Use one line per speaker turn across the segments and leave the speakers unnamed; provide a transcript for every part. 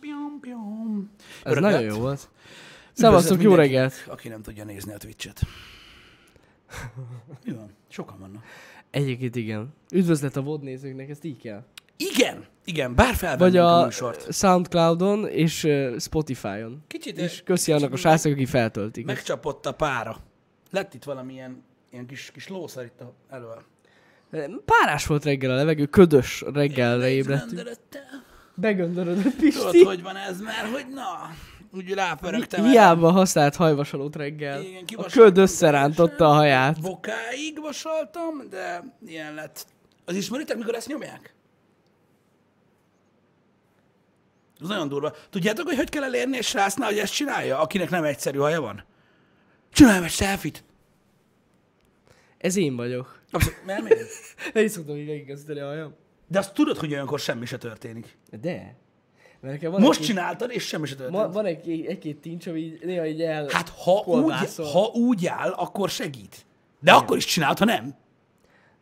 Pium, pium.
Ez
reggelt.
nagyon jó volt. Szevasztok, jó
mindenki-
reggelt!
Aki nem tudja nézni a Twitch-et. Mi van? Sokan vannak.
Egyébként igen. Üdvözlet a VOD nézőknek, ezt így kell.
Igen, igen, bár felvennünk
Vagy
a...
a
műsort.
Soundcloudon és ö, Spotify-on.
Kicsit
És
is
köszi annak a srácnak, aki feltöltik.
megcsapott a pára. Lett itt valamilyen ilyen kis, kis lószar itt a- elől.
Párás volt reggel a levegő, ködös reggelre ébredtünk.
Rendelettel.
Begöndörödött
Tudod,
Pisti.
hogy van ez, mert hogy na, úgy rápörögtem. erre.
Hiába használt hajvasalót reggel.
Igen,
A
kivasaltam
köd összerántotta a haját.
Bokáig vasaltam, de ilyen lett. Az ismeritek, mikor ezt nyomják? Ez nagyon durva. Tudjátok, hogy hogy kell elérni egy srácnál, hogy ezt csinálja, akinek nem egyszerű haja van? Csinálj egy selfit!
Ez én vagyok.
Abszolút, nem én.
Én is szoktam így megigazítani a hajam.
De azt tudod, hogy olyankor semmi se történik.
De. Mert nekem van
Most
egy-két-
csináltad, és semmi se történt.
ma, van egy, egy-két tincs, ami így, néha így el...
Hát ha úgy,
kolbászol.
ha úgy áll, akkor segít. De akkor is csinált, ha nem.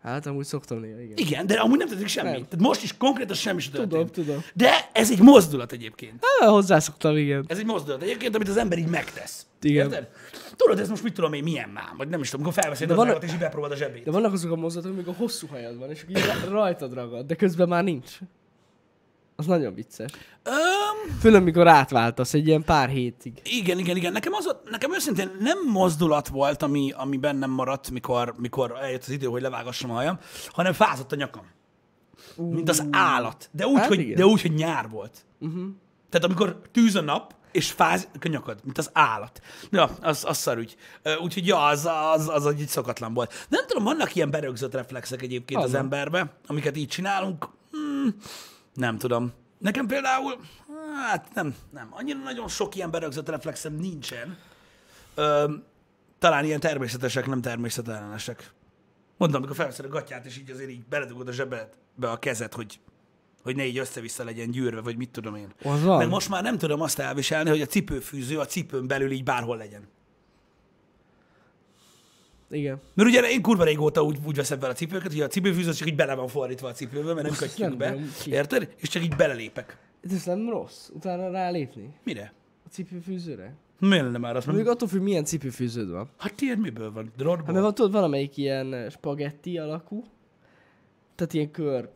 Hát amúgy szoktam néha, igen.
Igen, de amúgy nem történik semmi.
Nem.
Tehát most is konkrétan semmi se történt.
tudom.
De ez egy mozdulat egyébként.
Hát, hozzászoktam, igen.
Ez egy mozdulat egyébként, amit az ember így megtesz.
Igen.
Érted? Tudod, ez most mit tudom én, milyen már, vagy nem is tudom, amikor felveszed
De
az
van-
van... és így bepróbáld a zsebét.
De vannak azok a mozdulatok, amik a hosszú hajad van, és akkor így ra- rajtad ragad, de közben már nincs. Az nagyon vicces.
Öm,
Főleg, mikor átváltasz egy ilyen pár hétig.
igen, igen, igen. Nekem, az, a- nekem őszintén nem mozdulat volt, ami, ami bennem maradt, mikor, mikor eljött az idő, hogy levágassam a hajam, hanem fázott a nyakam. Mint az állat. De úgy,
Hát
hogy,
igen.
de úgy, hogy nyár volt. Uh-huh. Tehát amikor tűz a nap, és fáz a nyakad, mint az állat. Ja, az, az szarügy. Ö, Úgyhogy ja, az, az, az, az így szokatlan volt. Nem tudom, vannak ilyen berögzött reflexek egyébként az
Vannak.
emberbe, amiket így csinálunk. Hmm, nem tudom. Nekem például, hát nem, nem. Annyira nagyon sok ilyen berögzött reflexem nincsen. Ö, talán ilyen természetesek, nem természetellenesek. Mondtam, amikor felveszed a gatyát, és így azért így beledugod a zsebedbe a kezed, hogy, hogy ne így össze-vissza legyen gyűrve, vagy mit tudom én.
Az van.
Meg most már nem tudom azt elviselni, hogy a cipőfűző a cipőn belül így bárhol legyen.
Igen.
Mert ugye én kurva régóta úgy, úgy veszem fel a cipőket, hogy a cipőfűző csak így bele van fordítva a cipőbe, mert nem
Azt
kötjük
nem
be.
bírom ki.
Érted? És csak így belelépek.
De Hát ez nem rossz, utána rálépni.
Mire?
A cipőfűzőre.
Miért lenne már azt
Mondjuk
mondom?
Hát, attól függ, milyen cipőfűződ van.
Hát tiéd miből van?
Hát mert
Drótból?
van, tudod, van amelyik ilyen eh, spagetti alakú, tehát ilyen kör,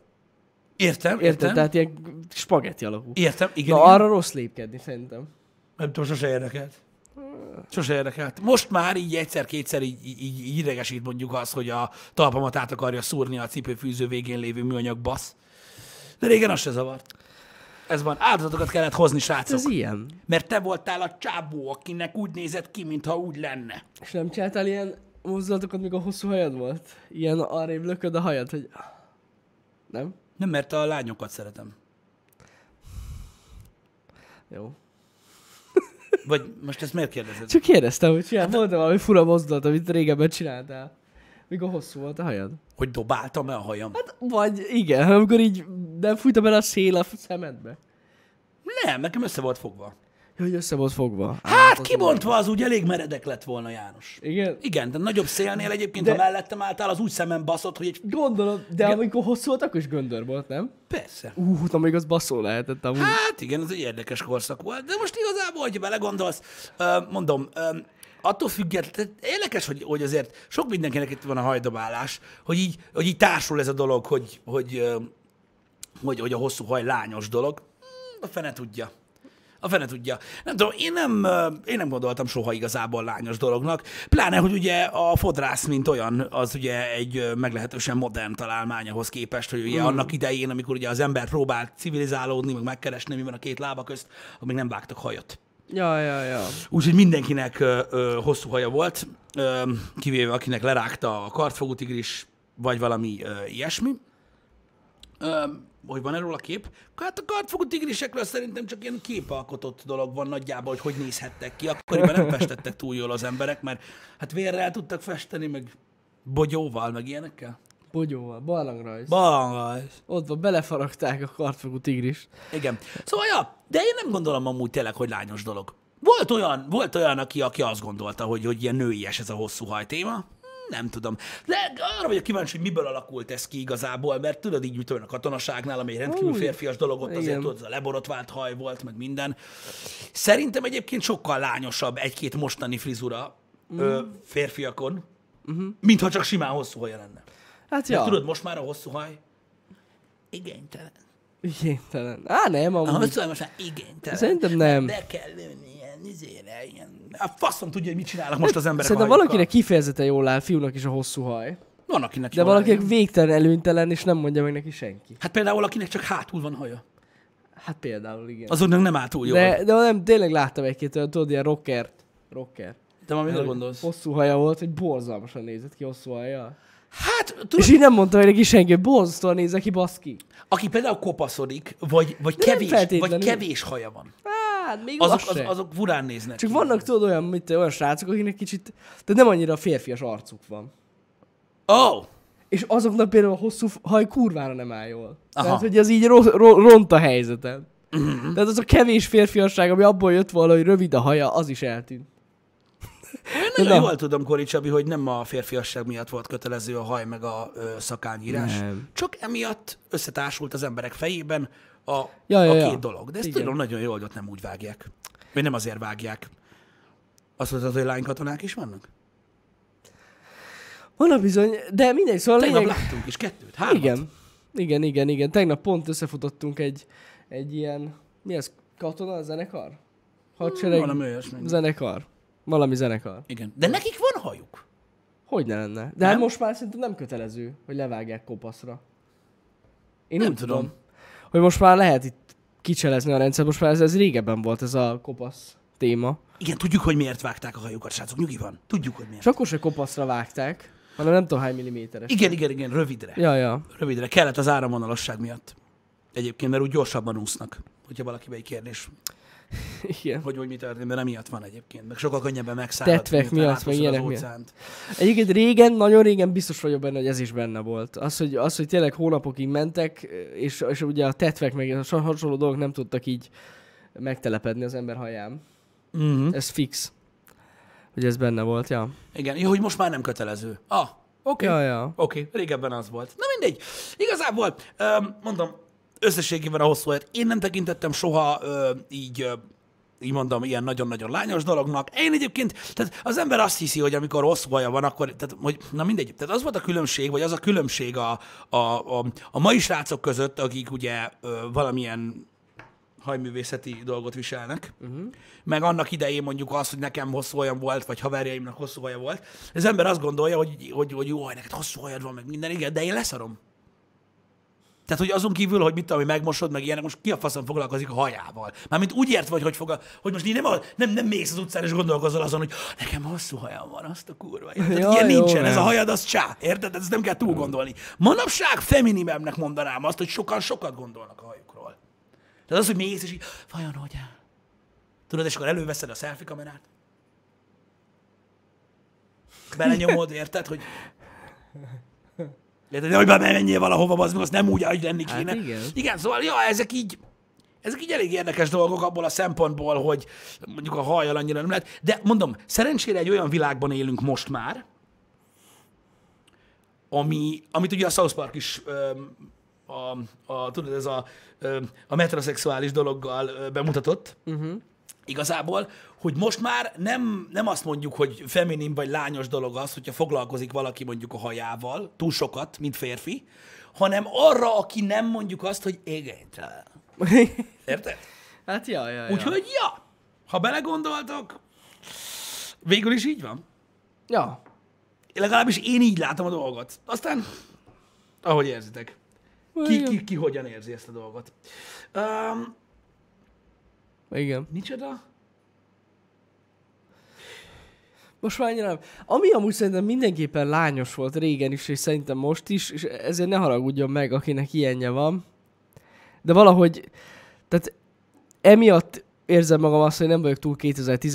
Értem,
érted?
értem.
Tehát ilyen spagetti alakú.
Értem, igen.
Na
igen.
arra rossz lépkedni szerintem.
Nem tudom, sose érdekelt. Sose érdekelt. Most már így egyszer-kétszer így, így, így idegesít mondjuk az, hogy a talpamat át akarja szúrni a cipőfűző végén lévő műanyag basz. De régen az se zavart. Ez van. Áldozatokat kellett hozni, srácok.
Ez ilyen.
Mert te voltál a csábó, akinek úgy nézett ki, mintha úgy lenne.
És nem csináltál ilyen mozdulatokat, még a hosszú hajad volt? Ilyen arrébb lököd a hajad, hogy... Nem?
Nem, mert a lányokat szeretem.
Jó.
Vagy most ezt miért kérdezed?
Csak kérdeztem, hogy csinál, volt valami fura mozdulat, amit régebben csináltál. Mikor hosszú volt a hajad.
Hogy dobáltam-e a hajam?
Hát, vagy igen, amikor így nem fújta bele a szél a szemedbe.
Nem, nekem össze volt fogva.
Jó, hogy össze volt fogva.
Hát kibontva az úgy elég meredek lett volna, János.
Igen.
Igen, de nagyobb szélnél egyébként, de...
De-
ha mellettem álltál, az úgy szemem baszott, hogy egy...
Gondolom, de amikor hosszú volt, akkor is göndör volt, nem?
Persze.
Ú, uh, még az baszó lehetett amúgy.
Hát igen, ez egy érdekes korszak volt, de most igazából, hogyha belegondolsz, ö, mondom, ö, attól függetlenül, érdekes, hogy, hogy azért sok mindenkinek itt van a hajdobálás, hogy így, hogy így társul ez a dolog, hogy, hogy, ö, hogy, hogy a hosszú haj lányos dolog. Hmm, A fene tudja. A fene tudja. Nem tudom, én nem, ö, én nem gondoltam soha igazából lányos dolognak. Pláne, hogy ugye a fodrász, mint olyan, az ugye egy ö, meglehetősen modern találmányhoz képest, hogy ugye annak idején, amikor ugye az ember próbált civilizálódni, meg megkeresni, mi van a két lába közt, amíg nem vágtak hajat.
Ja, ja, ja.
Úgyhogy mindenkinek ö, ö, hosszú haja volt, ö, kivéve akinek lerágta a kartfogú tigris, vagy valami ö, ilyesmi. Ö, hogy van erről a kép? Hát a kartfogú tigrisekről szerintem csak ilyen képalkotott dolog van nagyjából, hogy hogy nézhettek ki. Akkoriban nem festettek túl jól az emberek, mert hát vérrel tudtak festeni, meg bogyóval, meg ilyenekkel.
Bogyóval, barlangrajz.
Balangaj.
Ott van, belefaragták a kartfogú tigrist.
Igen. Szóval, ja, de én nem gondolom amúgy tényleg, hogy lányos dolog. Volt olyan, volt olyan aki, aki azt gondolta, hogy, hogy ilyen nőies ez a hosszú haj téma. nem tudom. De arra vagyok kíváncsi, hogy miből alakult ez ki igazából, mert tudod így, mit tudom, én, a katonaságnál, ami egy rendkívül
Úgy.
férfias dolog, ott azért
Igen.
tudod, ez a leborotvált haj volt, meg minden. Szerintem egyébként sokkal lányosabb egy-két mostani frizura ö, férfiakon, mintha csak simán hosszú haja lenne.
Hát
Mhm. Ja.
ja,
Tudod, most már a hosszú haj igénytelen.
igénytelen. Á, nem,
A
amúgy.
hosszú haj szóval most már igénytelen.
Szerintem nem.
Be kell lőni ilyen izére, ilyen... A faszom tudja, hogy mit csinálnak most az emberek
Szerintem
a hajukkal.
valakinek kifejezetten jól áll fiúnak is a hosszú haj.
Van, akinek
De
jól
valakinek
áll.
végtelen előnytelen, és nem mondja meg neki senki.
Hát például, akinek csak hátul van haja.
Hát például igen.
Azoknak nem áll túl jól. De,
De, de nem, tényleg láttam egy-két olyan, tudod, ilyen rockert. Rocker.
de már mire
Hogy
gondolsz?
Hosszú haja volt, hogy borzalmasan nézett ki hosszú haja.
Hát, tudod,
És így nem mondta meg neki senki, hogy borzasztóan nézek ki, baszki.
aki például kopaszodik, vagy, vagy,
nem
kevés,
feltétlenül.
vagy kevés haja van.
Hát, még
Azok,
az,
az, azok furán néznek.
Csak
ki.
vannak tudod olyan, mint olyan srácok, akiknek kicsit, de nem annyira férfias arcuk van.
Oh!
És azoknak például a hosszú f- haj kurvára nem áll jól.
Aha. Mhm.
Tehát, hogy az így ro- ro- ront a helyzeten. Tehát az a kevés férfiasság, ami abból jött valahogy rövid a haja, az is eltűnt.
Én nagyon
nem.
jól tudom, Kori Csabi, hogy nem a férfiasság miatt volt kötelező a haj meg a ö, szakányírás.
Nem.
Csak emiatt összetársult az emberek fejében a,
Ja, ja,
a
ja.
két dolog. De ezt
Igen.
tudom nagyon jól, hogy ott nem úgy vágják. Vagy nem azért vágják. Azt mondtad, hogy lánykatonák is vannak?
Vannak bizony, de mindegy, szóval a
Tegnap
lényeg...
láttunk is kettőt, hármat.
Igen. Igen, igen, igen. Tegnap pont összefutottunk egy, egy ilyen, mi ez, katona, zenekar? Hadsereg
Valami olyasmi.
zenekar. Valami zenekar.
Igen. De nekik van hajuk.
Hogy ne lenne? De hát most már szerintem nem kötelező, hogy levágják kopaszra. Én
Nem
úgy
tudom.
Hogy most már lehet itt kicselezni a rendszer, most már ez, ez régebben volt ez a kopasz téma.
Igen, tudjuk, hogy miért vágták a hajukat, srácok. Nyugi van. Tudjuk, hogy miért.
És akkor se kopaszra vágták, hanem nem tudom hány milliméteres.
Igen, igen, igen, rövidre.
Ja, ja.
Rövidre. Kellett az áramvonalasság miatt. Egyébként, mert úgy gyorsabban úsznak, hogyha valakibe egy kérdés
Igen.
hogy, hogy mi történt, mert emiatt van egyébként. Meg sokkal könnyebben megszállhat.
Tetvek
miután
miatt, meg
átúszod az
ilyenek miatt.
óceánt.
Egyébként régen, nagyon régen biztos vagyok benne, hogy ez is benne volt. Az, hogy, az, hogy tényleg hónapokig mentek, és, és ugye a tetvek meg a so- hasonló dolgok nem tudtak így megtelepedni az ember haján.
Mhm.
Ez fix. Hogy ez benne volt, ja.
Igen, jó, hogy most már nem kötelező. Ah, oké.
Ja, ja.
Oké, régebben az volt. Na mindegy. Igazából, öm, mondom, összességében a hosszú élet. Én nem tekintettem soha öm, így öm, így mondom, ilyen nagyon-nagyon lányos dolognak. Én egyébként, tehát az ember azt hiszi, hogy amikor hosszú haja van, akkor, tehát, hogy, na mindegy, tehát az volt a különbség, vagy az a különbség a, a, a, a mai srácok között, akik ugye ö, valamilyen hajművészeti dolgot viselnek, uh-huh. meg annak idején mondjuk az, hogy nekem hosszú olyan volt, vagy haverjaimnak hosszú haja volt, az ember azt gondolja, hogy, hogy, hogy jó, neked hosszú hajad van, meg minden, igen, de én leszarom. Tehát, hogy azon kívül, hogy mit tudom, hogy megmosod, meg ilyenek, most ki a faszom foglalkozik a hajával. Mármint úgy ért vagy, hogy, fogal, hogy most így nem, a- nem, nem mész az utcán és gondolkozol azon, hogy nekem hosszú hajam van, azt a kurva. élet." Tehát
Ja,
ilyen
jó,
nincsen, ez a
nem.
hajad az csá, érted? Ezt nem kell túl gondolni. Manapság feminimemnek mondanám azt, hogy sokan sokat gondolnak a hajukról. Tehát az, hogy mész, és így, vajon hogy áll? Tudod, és akkor előveszed a selfie kamerát. Belenyomod, érted, hogy... Érted, hogy már menjél valahova, az meg azt nem úgy, ahogy lenni kéne.
igen.
igen, szóval, ja, ezek így, ezek így elég érdekes dolgok abból a szempontból, hogy mondjuk a hajjal annyira nem lehet. De mondom, szerencsére egy olyan világban élünk most már, ami, amit ugye a South Park is öm, a, a, tudod, ez a, öm, a metrosexuális dologgal ö, bemutatott, uh-huh. igazából, hogy most már nem, nem azt mondjuk, hogy feminin vagy lányos dolog az, hogyha foglalkozik valaki mondjuk a hajával, túl sokat, mint férfi, hanem arra, aki nem mondjuk azt, hogy igénytelen. Érted?
hát ja, ja, ja.
Úgyhogy ja, ha belegondoltok, végül is így van.
Ja.
Legalábbis én így látom a dolgot. Aztán, ahogy érzitek. Ki,
Ja.
ki, ki hogyan érzi ezt a dolgot. Um,
Igen.
micsoda?
Most már annyira nem. Ami amúgy szerintem mindenképpen lányos volt régen is, és szerintem most is, és ezért ne haragudjon meg, akinek ilyenje van. De valahogy, tehát emiatt érzem magam azt, hogy nem vagyok túl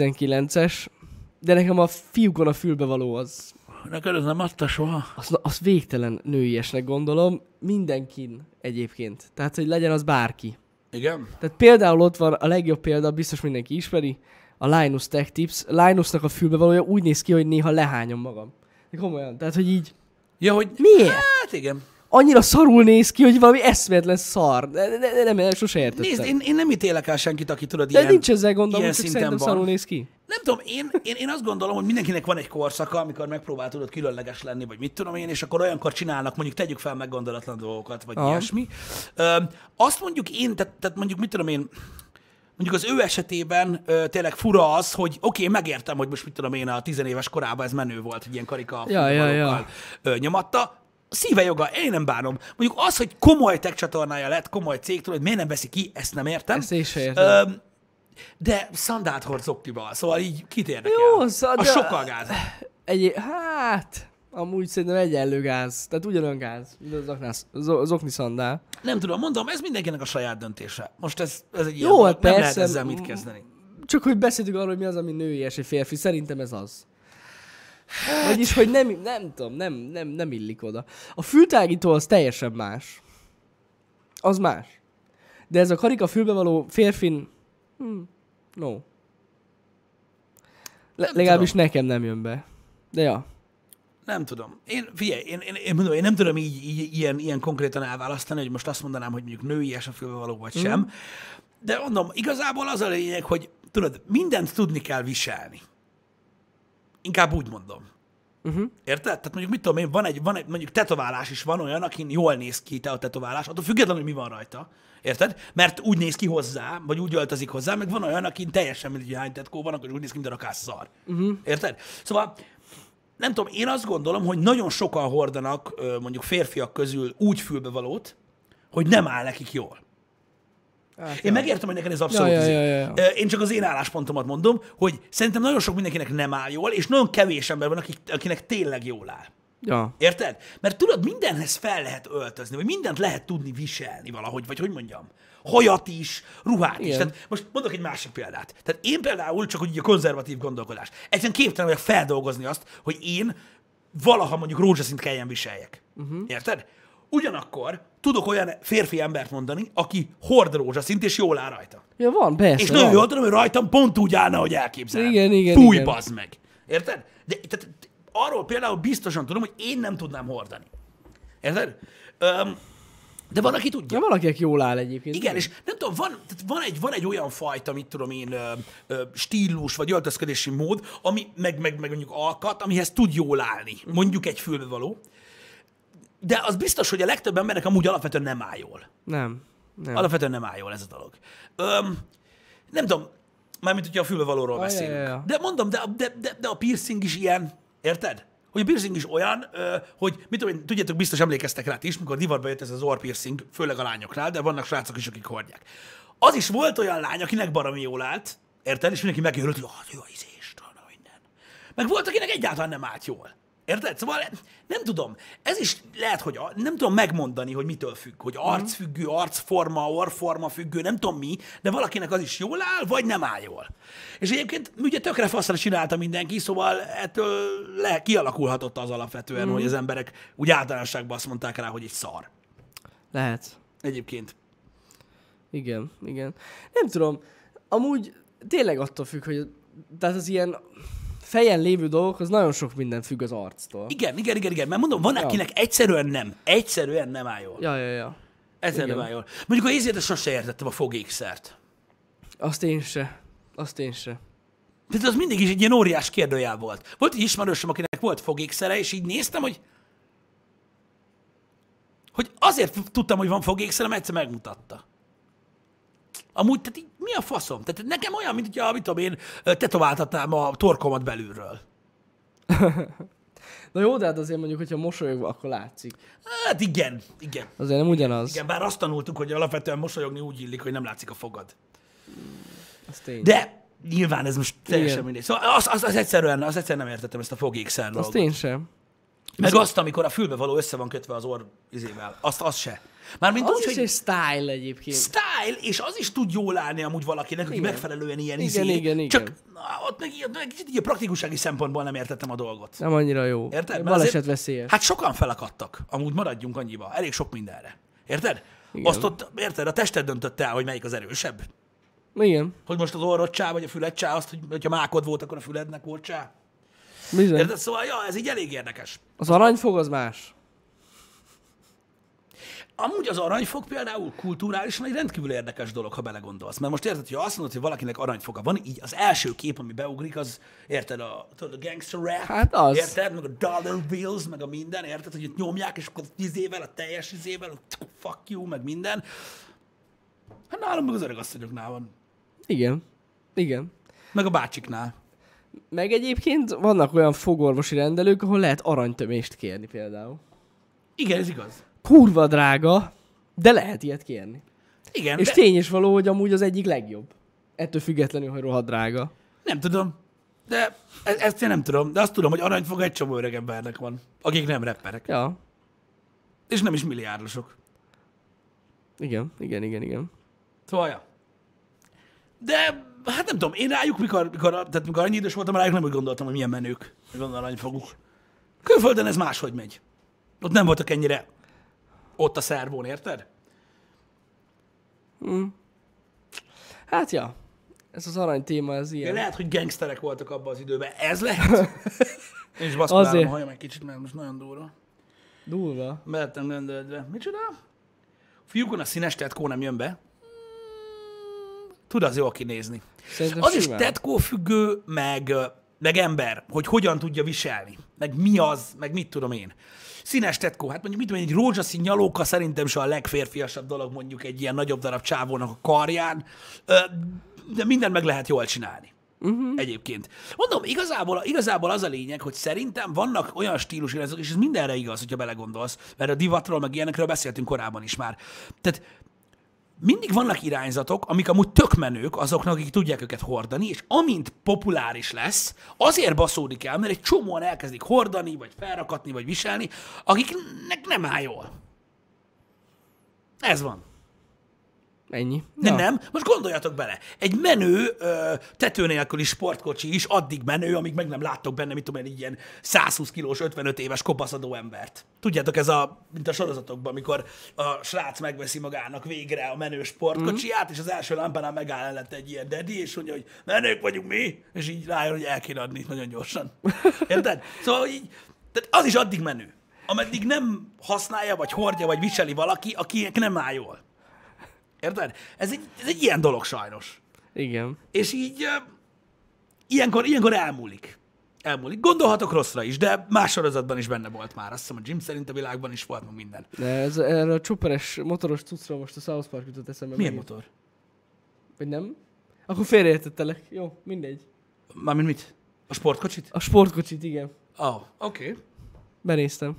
2019-es, de nekem a fiúkon a fülbe való az,
Neked ez nem adta soha.
az, az végtelen nőiesnek gondolom, mindenkin egyébként. Tehát, hogy legyen az bárki.
Igen?
Tehát például ott van a legjobb példa, biztos mindenki ismeri, a Linus Tech Tips. Linusnak a fülbevalója úgy néz ki, hogy néha lehányom magam. De komolyan, tehát hogy így
Ja, hogy...
Miért?
Hát igen.
annyira szarul néz ki, hogy valami eszméletlen szar. Ne, ne, ne, nem, sose értettem.
Nézd, én, én nem ítélek el senkit, aki tudod
De
ilyen...
nincs ezzel gondom,
ilyen
csak
szinten
szerintem
van.
szarul néz ki.
Nem tudom, én, én, én azt gondolom, hogy mindenkinek van egy korszaka, amikor megpróbál tudod különleges lenni, vagy mit tudom én, és akkor olyankor csinálnak, mondjuk tegyük fel meggondolatlan dolgokat, vagy
Aha.
ilyesmi. Öm, azt mondjuk én, tehát, tehát mondjuk mit tudom én, mondjuk az ő esetében ö, tényleg fura az, hogy oké, okay, megértem, hogy most mit tudom én, a tizenéves korában ez menő volt, hogy ilyen karika
Ja, ja, ja.
futballokkal, ö, nyomatta, szíve joga, én nem bánom. Mondjuk az, hogy komoly tech csatornája lett, komoly cégtől, hogy miért nem veszi ki, ezt nem értem.
Ezt én se értem.
Öm, de szandált hord zoknival, szóval így kit érdekel.
Jó, szad-
A sokkal gáz.
Egy, hát, amúgy szerintem egyenlő gáz. Tehát ugyanolyan gáz, mint az, aknász, zo- az okni szandál.
Nem tudom, mondom, ez mindenkinek a saját döntése. Most ez, ez egy ilyen,
Jó,
dolog,
hát
nem
persze.
lehet ezzel mit kezdeni.
Csak hogy beszéltük arról, hogy mi az, ami női és egy férfi. Szerintem ez az. Vagyis, hogy nem, nem tudom, nem, nem, nem illik oda. A fültágító az teljesen más. Az más. De ez a karika fülbe való férfin... Hm, no. Le-
Nem
legalábbis nekem nem jön be. De ja.
Nem tudom. Én, figyelj, én, én, én, mondom, én nem tudom így, így ilyen, ilyen konkrétan elválasztani, hogy most azt mondanám, hogy mondjuk női a fülbe való vagy sem. De mondom, igazából az a lényeg, hogy tudod, mindent tudni kell viselni. Inkább úgy mondom.
Uh-huh.
Érted? Tehát mondjuk mit tudom én, van egy, van egy, mondjuk tetoválás is van olyan, akin jól néz ki te a tetoválás, attól függetlenül, hogy mi van rajta. Érted? Mert úgy néz ki hozzá, vagy úgy öltözik hozzá, meg van olyan, akin teljesen mindegy, hogy hány tetkó van, akkor úgy néz ki, mint a rakás szar. Uh-huh. Érted? Szóval nem tudom, én azt gondolom, hogy nagyon sokan hordanak ö, mondjuk férfiak közül úgy fülbevalót, hogy nem áll nekik jól.
Hát,
Én megértem, hogy neked ez abszolút.
Ja, ja,
izé.
ja, ja, ja.
Ö, Én csak az én álláspontomat mondom, hogy szerintem nagyon sok mindenkinek nem áll jól, és nagyon kevés ember van, akik, akinek tényleg jól áll.
Ja.
Érted? Mert tudod, mindenhez fel lehet öltözni, vagy mindent lehet tudni viselni valahogy, vagy hogy mondjam, hajat is, ruhát is.
Igen.
Tehát most mondok egy másik példát. Tehát én például csak úgy a konzervatív gondolkodás. Egyszerűen képtelen vagyok feldolgozni azt, hogy én valaha mondjuk rózsaszint kelljen viseljek. Uh-huh. Érted? Ugyanakkor tudok olyan férfi embert mondani, aki hord rózsaszint, és jól áll rajta.
ja, van, persze.
És nagyon
van.
jól tudom, hogy rajtam pont úgy állna, hogy elképzelem.
Igen, igen,
Fúj,
igen.
bazd meg. Érted? De, tehát, arról például biztosan tudom, hogy én nem tudnám hordani. Érted? Öm, de van, aki tudja.
Ja, valakinek jól áll egyébként.
Igen, és nem tudom, van, tehát van, egy, van egy olyan fajta, mit tudom én, ö, ö, stílus vagy öltözködési mód, ami meg, meg, meg mondjuk alkat, amihez tud jól állni. Mondjuk egy fülbevaló. De az biztos, hogy a legtöbb embernek amúgy alapvetően nem áll jól.
Nem. Nem.
Alapvetően nem áll jól ez a dolog. Öm, nem tudom, mármint, hogyha a fülbevalóról
Ah,
beszélünk.
ja, ja, ja.
De mondom, de, de, de, de a piercing is ilyen, érted? Hogy a piercing is olyan, ö, hogy mit tudom én, tudjátok, biztos emlékeztek rá ti is, mikor divatba jött ez az orr piercing, főleg a lányoknál, de vannak srácok is, akik hordják. Az is volt olyan lány, akinek baromi jól állt, érted? És mindenki megőrült, hogy ah, jó íz és tudom, minden. Meg volt, akinek egyáltalán nem állt jól. Érted? Szóval nem tudom, ez is lehet, hogy a, nem tudom megmondani, hogy mitől függ, hogy arcfüggő, arcforma, orforma függő, nem tudom mi, de valakinek az is jól áll, vagy nem áll jól. És egyébként ugye tökre faszra csinálta mindenki, szóval ettől le, kialakulhatott az alapvetően, hogy az emberek úgy általánosságban azt mondták rá, hogy egy szar.
Lehet.
Egyébként.
Igen, igen. Nem tudom, amúgy tényleg attól függ, hogy tehát az ilyen fejen lévő dolgok, az nagyon sok minden függ az arctól.
Igen, igen, igen, igen, mert mondom, van akinek egyszerűen nem, egyszerűen nem áll jól.
Ja, ja, ja.
Egyszerűen nem
igen.
áll jól. Mondjuk a észért sose értettem a fogékszert.
Azt én se. Azt én se.
Tehát az mindig is egy ilyen óriás kérdőjel volt. Volt egy ismerősöm, akinek volt fogékszere, és így néztem, hogy hogy azért tudtam, hogy van fogékszere, mert egyszer megmutatta. Amúgy, tehát így, mi a faszom? Tehát nekem olyan, mint hogyha, mit tudom én, ö, tetováltatnám a torkomat belülről.
Na jó, de hát azért mondjuk, hogyha mosolyog, akkor látszik.
Hát igen, igen.
Azért nem ugyanaz.
Igen, bár azt tanultuk, hogy alapvetően mosolyogni úgy illik, hogy nem látszik a fogad.
Az tény.
De nyilván ez most teljesen
Igen.
mindegy. Szóval az, az, az, egyszerűen, az egyszerűen nem értettem ezt a fogékszer
Azt
dolgot.
én sem.
Meg azt, amikor a fülbe való össze van kötve az orr izével. Azt, az se. Mármint
Az
úgy,
is
hogy
egy style egyébként.
style, és az is tud jól állni amúgy valakinek, aki
Igen.
megfelelően ilyen
Igen,
izé.
igen, igen.
Csak na, ott meg, ott meg kicsit így a praktikussági szempontból nem értettem a dolgot.
Nem annyira jó.
Érted? Mert azért-
Baleset veszélyes.
Hát sokan felakadtak, amúgy maradjunk annyiba. Elég sok mindenre. Érted?
Igen.
Azt ott, érted, a tested döntött el, hogy melyik az erősebb.
Igen.
Hogy most az orrod csá, vagy a füled csá, azt, hogy, hogyha mákod volt, akkor a fülednek volt csá.
Bizony.
Érted? Szóval, ja, ez így elég érdekes.
Az aranyfog az más.
Amúgy az aranyfog például kulturálisan egy rendkívül érdekes dolog, ha belegondolsz. Mert most érted, hogy azt mondod, hogy valakinek aranyfoga van, így az első kép, ami beugrik, az, érted, a, tudod, a gangster rap,
Hát az.
érted, meg a dollar bills, meg a minden, érted, hogy itt nyomják, és akkor tízével, a teljes izével, fuck you, meg minden. Hát nálam meg az öreg asszonyoknál van,
Igen. Igen.
meg a bácsiknál.
Meg egyébként vannak olyan fogorvosi rendelők, ahol lehet aranytömést kérni például.
Igen, ez igaz.
Kurva drága, de lehet ilyet kérni.
Igen,
És
de
tény is való, hogy amúgy az egyik legjobb. Ettől függetlenül, hogy rohadt drága.
nem tudom. De e- ezt én nem tudom, de azt tudom, hogy aranyfog egy csomó öreg embernek van, akik nem rapperek.
Ja,
És nem is milliárdosok.
igen, igen, igen, igen.
Szóval, ja. De hát nem tudom, én rájuk, mikor, mikor, tehát mikor annyi idős voltam, rájuk nem úgy gondoltam, hogy milyen menők, hogy van aranyfoguk. Külföldön ez máshogy megy. Ott nem voltak ennyire ott a szervón, érted?
Hát ja, ez az arany téma, ez
De
ilyen.
lehet, hogy gangsterek voltak abban az időben. Ez lehet. Én is baszkulálom
Azért.
a hajam egy kicsit, mert most nagyon durva.
Durva.
Belettem göndöldve. Micsoda? Fiúkon a színes tetkó nem jön be. Tud az jó kinézni.
Szerintem
Az is
simán.
tetkó függő, meg, ö, meg ember, hogy hogyan tudja viselni, meg mi az, meg mit tudom én. Színes tetkó, hát mondjuk mit tudom én, egy rózsaszín nyalóka szerintem se a legférfiasabb dolog mondjuk egy ilyen nagyobb darab csávónak a karján, ö, de mindent meg lehet jól csinálni. Uh-huh. Egyébként. Mondom, igazából, igazából az a lényeg, hogy szerintem vannak olyan stílusirányzatok, és ez mindenre igaz, hogyha belegondolsz, mert a divatról, meg ilyenekről beszéltünk korábban is már. Tehát mindig vannak irányzatok, amik amúgy tök menők azoknak, akik tudják őket hordani, és amint populáris lesz, azért baszódik el, mert egy csomóan elkezdik hordani, vagy felrakatni, vagy viselni, akiknek nem áll jól. Ez van.
Ennyi.
De nem? Most gondoljatok bele. Egy menő, ö, tető nélküli sportkocsi is addig menő, amíg meg nem láttok benne, mit tudom én, egy ilyen 120 kilós, 55 éves kopaszadó embert. Tudjátok, ez a, mint a sorozatokban, amikor a srác megveszi magának végre a menő sportkocsiját, mm-hmm. és az első lámpánál megáll ellett egy ilyen dedi, és mondja, hogy menők vagyunk mi, és így rájön, hogy el kéne adni nagyon gyorsan. Érted? Szóval így, tehát az is addig menő, ameddig nem használja, vagy hordja, vagy viseli valaki, akinek nem áll jól. Érted? Ez egy, ez egy ilyen dolog sajnos.
Igen.
És így ö, ilyenkor, ilyenkor elmúlik. Elmúlik. Gondolhatok rosszra is, de más sorozatban is benne volt már. Azt hiszem, a Jim szerint a világban is volt meg minden.
De ez, erre a csuperes motoros cuccra most a South Park jutott eszembe.
Milyen
megint.
motor?
Vagy nem? Akkor félreértettelek. Jó, mindegy.
Mármint mit? A sportkocsit?
A sportkocsit, igen.
Ó, oh, oké. Okay.
Benéztem.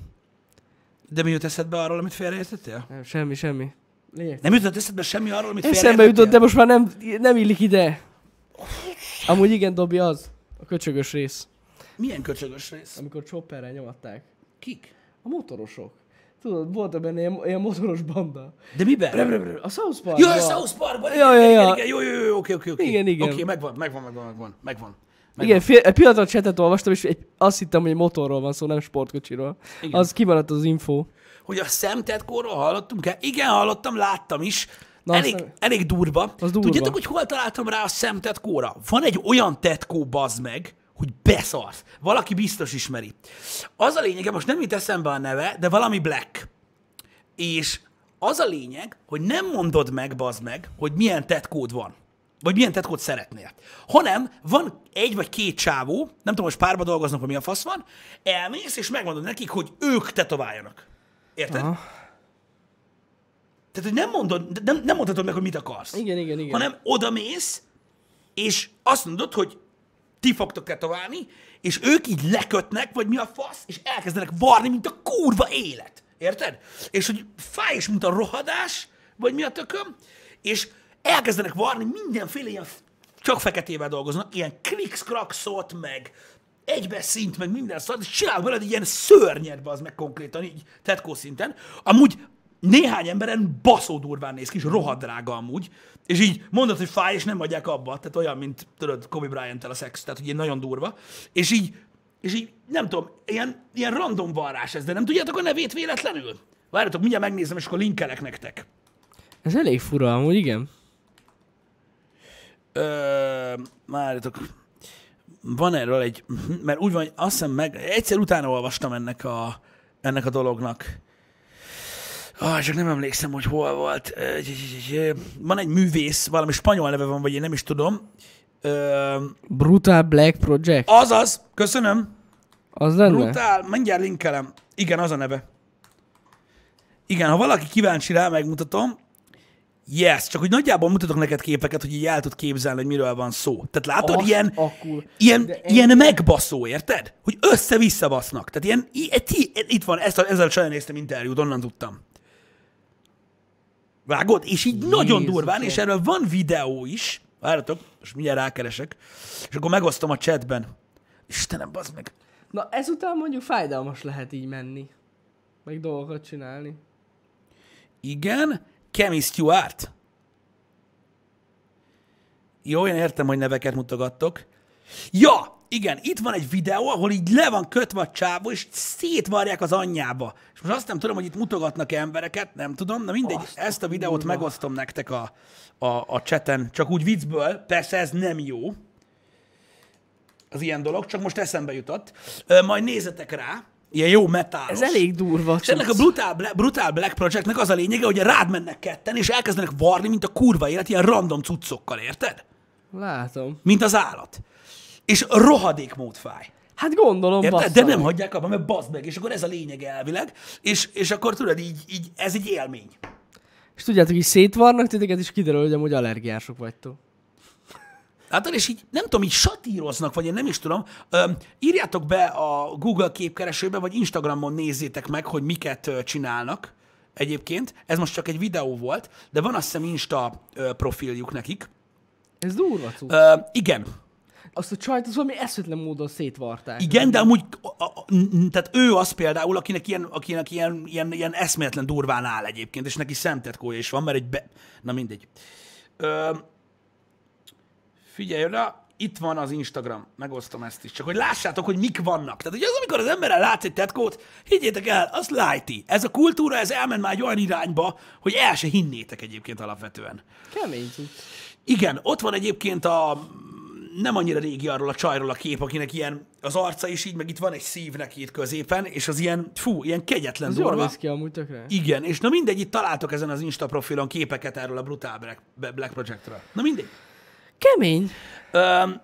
De mi jut eszedbe arról, amit félreértettél?
Nem, semmi, semmi. Lényeg.
Nem jutott eszedbe semmi arról, amit
Eszembe
félreértettél?
jutott, de most már nem, nem illik ide. Amúgy igen, Dobby az. A köcsögös rész.
Milyen köcsögös rész?
Amikor chopperrel nyomatták.
Kik?
A motorosok. Tudod, volt benne ilyen, ilyen motoros banda.
De miben?
Brr, brr, brr, A South Park.
Jó, a South Parkban!
Ja, ja,
igen, igen,
ja.
igen, Jó, jó, jó, oké, oké, oké.
Igen, igen.
Oké, megvan, megvan, megvan, megvan, megvan. megvan.
Igen, fél, egy pillanatra csetet olvastam, és egy, azt hittem, hogy egy motorról van szó, nem sportkocsiról.
Igen.
Igen. Az kimaradt az info.
hogy a szemtetkóról hallottunk-e? Igen, hallottam, láttam is. Na,
Na,
elég,
aztán-
elég durva.
Az durva.
Tudjátok, hogy hol találtam rá a szemtetkóra? Van egy olyan tetkó, bazd meg, hogy beszarsz. Valaki biztos ismeri. Az a lényege, most nem jut eszembe a neve, de valami Black. És az a lényeg, hogy nem mondod meg, bazd meg, hogy milyen tetkód van. Vagy milyen tetkót szeretnél. Hanem van egy vagy két csávó, nem tudom, most párba dolgoznak, vagy mi a fasz van, elmész, és megmondod nekik, hogy ők tetováljanak. Érted?
Aha.
Tehát, hogy nem mondod, de nem, nem mondhatod meg, hogy mit akarsz.
Igen, igen, igen.
Hanem odamész, és azt mondod, hogy ti fogtok tetoválni, és ők így lekötnek, vagy mi a fasz, és elkezdenek varni, mint a kurva élet. Érted? És hogy fáj is, mint a rohadás, vagy mi a tököm, és elkezdenek varni mindenféle ilyen, csak feketével dolgoznak, ilyen krikszkrakszot, meg egybe szint, meg minden szart, és csinál veled egy ilyen szörnyet, az meg konkrétan, így tetkó szinten. Amúgy néhány emberen baszó durván néz ki, és rohadt drága amúgy, és így mondod, hogy fáj, és nem adják abba, tehát olyan, mint tudod, Kobe bryant a szex, tehát ugye nagyon durva, és így, és így nem tudom, ilyen, ilyen random varrás ez, de nem tudjátok a nevét véletlenül? Várjatok, mindjárt megnézem, és akkor linkelek nektek.
Ez elég fura amúgy, igen.
Ö, várjatok. van erről egy, mert úgy van, hogy azt hiszem meg, egyszer utána olvastam ennek a, ennek a dolognak. Ah, csak nem emlékszem, hogy hol volt. Van egy művész, valami spanyol neve van, vagy én nem is tudom. Ö,
Brutal Black Project?
Azaz, köszönöm.
Az lenne?
Brutál, mindjárt linkelem. Igen, az a neve. Igen, ha valaki kíváncsi rá, megmutatom. Yes, csak hogy nagyjából mutatok neked képeket, hogy így el tud képzelni, hogy miről van szó. Tehát látod,
Azt
ilyen,
a kur-
ilyen,
de
ilyen megbaszó, érted? Hogy össze-vissza basznak. Tehát ilyen, i- e- ti- e- itt van, ezt a, ezzel a csajjal néztem interjút, onnan tudtam. Vágod? És így nagyon
Jézusom.
durván, és erről van videó is. Várjatok, és mindjárt rákeresek. És akkor megosztom a chatben. Istenem, bazd meg.
Na ezután mondjuk fájdalmas lehet így menni. Meg dolgokat csinálni.
Igen, Kemi Stewart. Jó, én értem, hogy neveket mutogattok. Ja, igen, itt van egy videó, ahol így le van kötve a csávó, és szétvarják az anyjába. És most azt nem tudom, hogy itt mutogatnak embereket, nem tudom, na mindegy,
Azt
azt ezt a videót megosztom nektek a, a, a chaten, csak úgy viccből, persze ez nem jó, az ilyen dolog, csak most eszembe jutott. Ö, Majd nézzetek rá, ilyen jó metálos.
Ez elég durva.
És ennek a Brutal Black, Brutal Black Projectnek az a lényege, hogy rád mennek ketten, és elkezdenek varni, mint a kurva élet, ilyen random cuccokkal, érted?
Látom.
Mint az állat. És rohadék mód fáj.
Hát gondolom,
Érted? De
bassza.
nem hagyják abba, mert bazd meg, és akkor ez a lényege elvileg, és, és akkor tudod, így, így, ez egy élmény.
És tudjátok, így szétvarnak titeket, és kiderül, hogy amúgy allergiások vagytok.
Látod, és így nem tudom, így satíroznak, vagy én nem is tudom. Öm, írjátok be a Google képkeresőbe, vagy Instagramon nézzétek meg, hogy miket ö, csinálnak egyébként. Ez most csak egy videó volt, de van azt hiszem Insta ö, profiljuk nekik.
Ez durva cucc.
Ö, igen,
Azt a csajt az valami eszvetlen módon szétvarták.
igen, de amúgy, a, a, n- tehát ő az például, akinek ilyen, akinek ilyen, ilyen, ilyen eszméletlen durván áll egyébként, és neki szemtetkója is van, mert egy be... Na mindegy. Ö, figyelj oda, itt van az Instagram, megosztom ezt is, csak hogy lássátok, hogy mik vannak. Tehát, hogy az, amikor az emberrel látsz egy tetkót, higgyétek el, az lájti. Ez a kultúra, ez elment már egy olyan irányba, hogy el se hinnétek egyébként alapvetően.
Kemény cucc.
Igen, ott van egyébként a nem annyira régi arról a csajról a kép, akinek ilyen az arca is így, meg itt van egy szív neki itt középen, és az ilyen, fú, ilyen kegyetlen
Az jól
durva.
néz ki amúgy tökre.
Igen, és na mindegy, itt találtok ezen az Insta profilon képeket erről a Brutal Black, Black Projectről. Na mindegy.
Kemény.
Öm,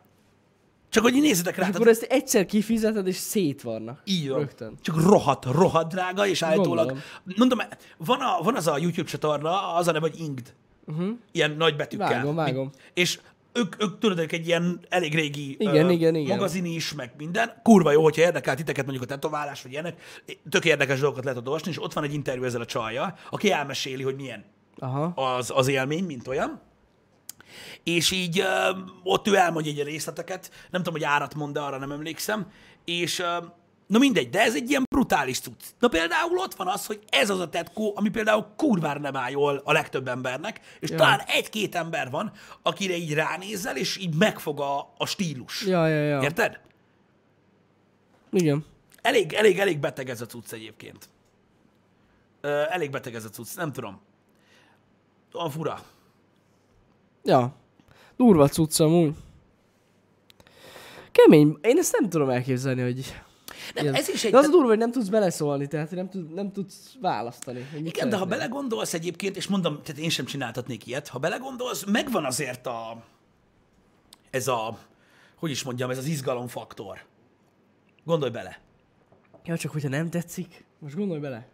csak hogy így nézzetek rá,
Hát akkor
tehát
ezt egyszer kifizeted, és szétvarnak.
így van.
Rögtön.
Csak rohadt, rohadt drága, és állítólag,
Gondolom.
mondom, van, a, van az a YouTube csatorna, az a neve, hogy Ingd. Uh-huh. Ilyen nagy betűkkel.
Mhm. Vágom, vágom.
És ők, ők tudod, ők egy ilyen elég régi
Igen, igen, igen.
magazin is, meg minden. Kurva jó, hogyha érdekel titeket mondjuk a tetoválás, vagy ilyenek. Tök érdekes dolgokat lehet ott olvasni, és ott van egy interjú ezzel a csajjal, aki elmeséli, hogy milyen
Aha.
az, az élmény, mint olyan. És így ö, ott ő elmondja egy részleteket, nem tudom, hogy árat mond, de arra nem emlékszem. És ö, na mindegy, de ez egy ilyen brutális cucc. Na például ott van az, hogy ez az a tetkó, ami például kurvára nem áll jól a legtöbb embernek, és ja. talán egy-két ember van, akire így ránézel, és így megfog a, a stílus.
Ja, ja, ja.
Érted?
Igen.
Elég, elég, elég beteg ez a cucc egyébként. Ö, elég beteg ez a cucc, nem tudom. A fura.
Ja. Durva cucc amúgy. Kemény. Én ezt nem tudom elképzelni, hogy...
Nem, ez is egy...
De az a durva, hogy nem tudsz beleszólni, tehát nem, tud, nem tudsz választani. Hogy mit
Igen, de ha
szeretnél.
belegondolsz egyébként, és mondom, tehát én sem csináltatnék ilyet, ha belegondolsz, megvan azért a, ez a, hogy is mondjam, ez az izgalomfaktor. Gondolj bele.
Ja, csak hogyha nem tetszik. Most gondolj bele.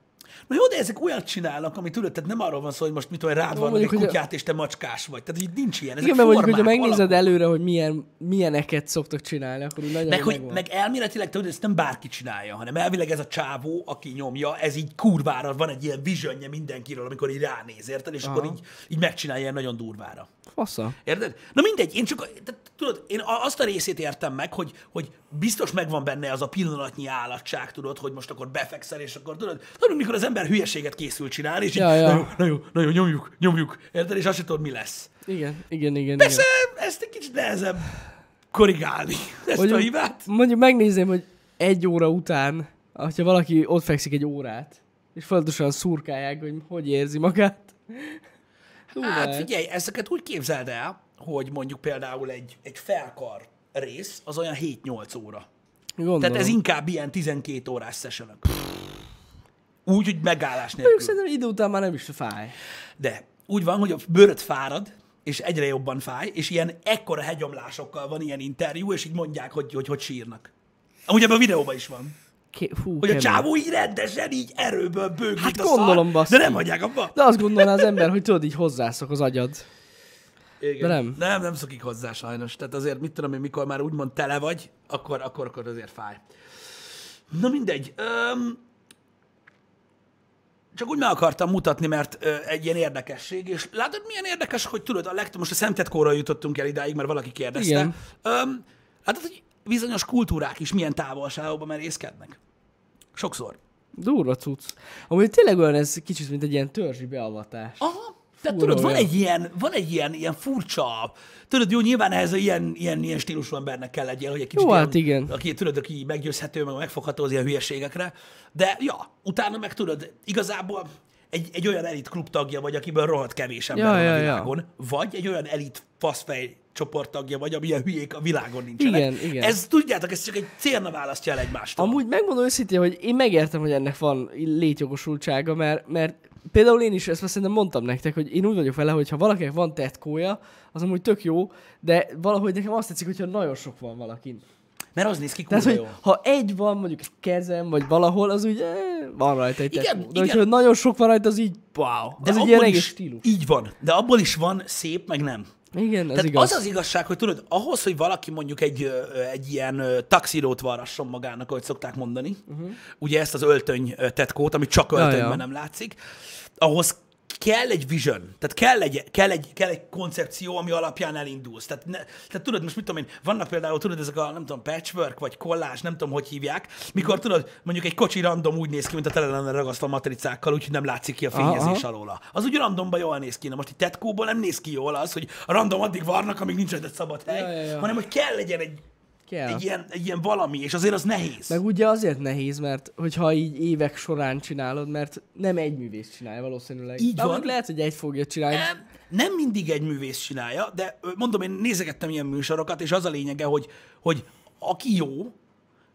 Na jó, de ezek olyat csinálnak, ami tudod, tehát nem arról van szó, hogy most mit tudom, rád van egy
mondjuk, hogy a-
kutyát, és te macskás vagy. Tehát így nincs ilyen. Ezek
Igen, mert mondjuk,
formák,
hogyha megnézed
alakok.
előre, hogy milyen, milyeneket szoktak csinálni, akkor úgy nagyon
Meg, hogy,
megvan.
meg elméletileg tudod, ezt nem bárki csinálja, hanem elvileg ez a csávó, aki nyomja, ez így kurvára van egy ilyen visionje mindenkiről, amikor így ránéz, érted? És Aha. akkor így, így megcsinálja ilyen nagyon durvára.
Fasza.
Érted? Na mindegy, én csak, tehát, tudod, én a- azt a részét értem meg, hogy, hogy biztos megvan benne az a pillanatnyi állatság, tudod, hogy most akkor befekszel, és akkor tudod, tudod, mikor az ember hülyeséget készül csinálni, és
Ja,
így,
ja.
Na, jó, na jó, na jó, nyomjuk, nyomjuk, érted? És azt sem tudod, mi lesz.
Igen, igen, igen.
Persze, ezt egy kicsit nehezebb korrigálni, ezt
igen.
a hibát.
Mondjuk megnézném, hogy egy óra után, ha valaki ott fekszik egy órát, és folyamatosan szurkálják, hogy hogy érzi magát. Hú,
Hát
lehet.
figyelj, ezeket úgy képzeld el, hogy mondjuk például egy, egy felkar rész az olyan 7-8 óra.
Gondolom.
Tehát ez inkább ilyen 12 órás session Úgy, hogy megállás
Mondjuk
nélkül.
szerintem idő után már nem is fáj.
De úgy van, hogy a bőröd fárad, és egyre jobban fáj, és ilyen ekkora hegyomlásokkal van ilyen interjú, és így mondják, hogy hogy, hogy sírnak. Amúgy ebben a videóban is van.
Ké- hú,
Hogy a
kemény.
csávó így rendesen, így erőből bőgít
Hát
a
gondolom,
szar,
baszki.
de nem hagyják abba.
De azt gondolná az ember, hogy tudod, így hozzászok az agyad.
Igen.
de nem.
Nem, nem szokik hozzá sajnos. Tehát azért mit tudom én, mikor már úgymond tele vagy, akkor, akkor, akkor azért fáj. Na mindegy. Öm, csak úgy meg akartam mutatni, mert ö, egy ilyen érdekesség, és látod, milyen érdekes, hogy tudod, a legtöbb, most a szemtetkóra jutottunk el idáig, mert valaki kérdezte.
Igen.
Öm, látod, hogy bizonyos kultúrák is milyen távolságokban merészkednek. Sokszor.
Durva cucc. Amúgy tényleg olyan ez kicsit, mint egy ilyen törzsi beavatás.
Aha. Tehát
Fura
tudod, van
olyan.
egy ilyen, van egy ilyen, ilyen furcsa, tudod, jó, nyilván ehhez ilyen, ilyen, ilyen stílusú embernek kell legyen, hogy egy kicsit
Jó,
ilyen,
hát igen.
aki, tudod, aki meggyőzhető, meg megfogható az ilyen hülyeségekre, de ja, utána meg tudod, igazából egy, egy olyan elit klub tagja vagy, akiből rohadt kevés ember
Ja,
van
ja,
a
ja.
világon, vagy egy olyan elit faszfej csoport tagja vagy, amilyen hülyék a világon nincsenek.
Igen, igen.
Ez, tudjátok, ez csak egy célna választja el egymástól.
Amúgy megmondom őszintén, hogy én megértem, hogy ennek van létjogosultsága, mert, mert például én is ezt már szerintem mondtam nektek, hogy én úgy vagyok vele, hogy ha valakinek van tetkója, az amúgy tök jó, de valahogy nekem azt tetszik, hogyha nagyon sok van valakin.
Mert az néz ki kurva
Tehát,
jó.
hogy ha egy van mondjuk a kezem, vagy valahol, az úgy eh, van rajta egy
Igen,
tetkó. De
igen.
hogyha nagyon sok van rajta, az így wow.
De
az egy
abból
ilyen
is-
egész stílus.
Így van, de abból is van szép, meg nem.
Igen, ez
Tehát
igaz.
az az igazság, hogy tudod, ahhoz, hogy valaki mondjuk egy, ö, ö, egy ilyen ö, taxirót varrasson magának, ahogy szokták mondani, uh-huh. ugye ezt az öltöny ö, tetkót, ami csak öltönyben
Mhm. ja.
nem látszik, ahhoz kell egy vision, tehát kell egy, kell egy, kell egy koncepció, ami alapján elindulsz. Tehát, ne, tehát tudod, most mit tudom én, vannak például, tudod, ezek a, nem tudom, patchwork, vagy kollás, nem tudom, hogy hívják, mikor tudod, mondjuk egy kocsi random úgy néz ki, mint a tele lenne ragasztva matricákkal, úgyhogy nem látszik ki a
Aha,
fényezés
aha.
alóla. Az úgy randomban jól néz ki, na most egy tetkóból nem néz ki jól az, hogy a random addig varnak, amíg nincs egy szabad hely,
Ja, ja, ja.
hanem hogy kell legyen egy,
Kell.
egy, ilyen, egy ilyen valami, és azért az nehéz.
Meg ugye azért nehéz, mert hogyha így évek során csinálod, mert nem egy művész csinálja valószínűleg.
Így
Bár
van.
mondjuk lehet, hogy egy fogja csinálni.
Nem, nem mindig egy művész csinálja, de ö, mondom, én nézegettem ilyen műsorokat, és az a lényege, hogy, hogy aki jó,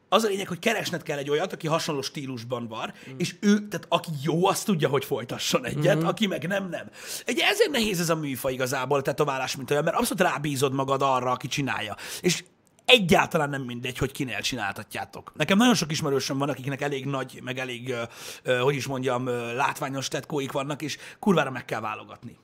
az a lényeg, hogy keresned kell egy olyat, aki hasonló stílusban van, mm. és ő, tehát aki jó, azt tudja, hogy folytasson egyet, mm. aki meg nem, nem. Egy ezért nehéz ez a műfa igazából, tehát a vállás, mint olyan, mert abszolút rábízod magad arra, aki csinálja. És egyáltalán nem mindegy, hogy kinél csináltatjátok. Nekem nagyon sok ismerősöm van, akiknek elég nagy, meg elég, ö, ö, hogy is mondjam, ö, látványos tetkóik vannak, és kurvára meg kell válogatni.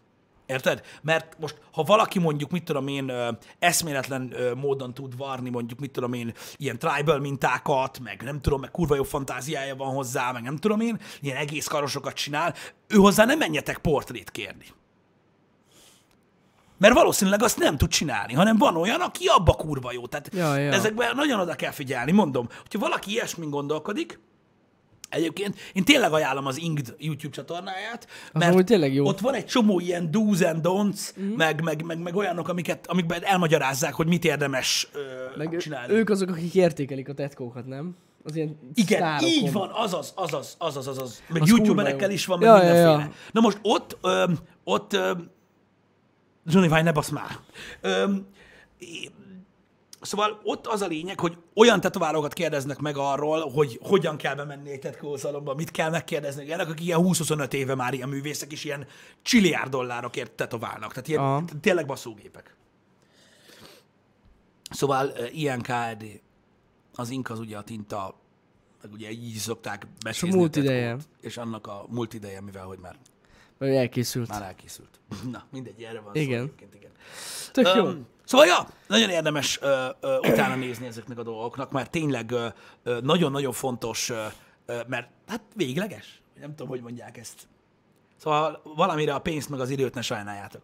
Érted? Mert most, ha valaki mondjuk, mit tudom én, ö, eszméletlen ö, módon tud varni, mondjuk, mit tudom én, ilyen tribal mintákat, meg nem tudom, meg kurva jó fantáziája van hozzá, meg nem tudom én, ilyen egész karosokat csinál, ő hozzá nem menjetek portrét kérni. Mert valószínűleg azt nem tud csinálni, hanem van olyan, aki abba kurva jó. Tehát
Ja, ja.
ezekben nagyon oda kell figyelni, mondom. Hogyha valaki ilyesmin gondolkodik, Egyébként én tényleg ajánlom az Ingd YouTube csatornáját,
amúgy
mert
tényleg jó.
ott van egy csomó ilyen do's and don'ts,
Mhm.
mm. meg, meg, meg, meg olyanok, amiket, amikben elmagyarázzák, hogy mit érdemes ö,
Meg
meg
ő-
csinálni.
ők azok, akik értékelik a tetkókat, nem? Az ilyen
Igen,
sztárokon.
így van, azaz, azaz, azaz, azaz.
Az
Meg az
kurva
youtuberekkel
jó.
is van, meg
Ja,
ja,
ja, ja.
mindenféle. Ja, ja. Na most ott, ö, ott, ö, Johnny Vine, ne basz már. Ö, Szóval ott az a lényeg, hogy olyan tetoválókat kérdeznek meg arról, hogy hogyan kell bemenni egy tetkószalomba, mit kell megkérdezni ennek, akik ilyen 20-25 éve már ilyen művészek is ilyen csiliárd dollárokért tetoválnak. Tehát ilyen,
Aha.
tehát tényleg baszógépek. Szóval ö, ilyen KD, az ink az ugye a tinta, meg ugye így szokták
a
becsézni
múlt
tetkót,
ideje.
És annak a múlt ideje, mivel hogy már,
Vagy elkészült.
már elkészült. Na, mindegy, erre van
Igen.
szó egyébként, igen.
Tök jó.
Öm, Szóval, ja, nagyon érdemes ö, ö, utána nézni ezeknek a dolgoknak, mert tényleg ö, ö, nagyon-nagyon fontos, ö, ö, mert hát végleges. Nem tudom, hogy mondják ezt. Szóval valamire a pénzt meg az időt ne sajnáljátok.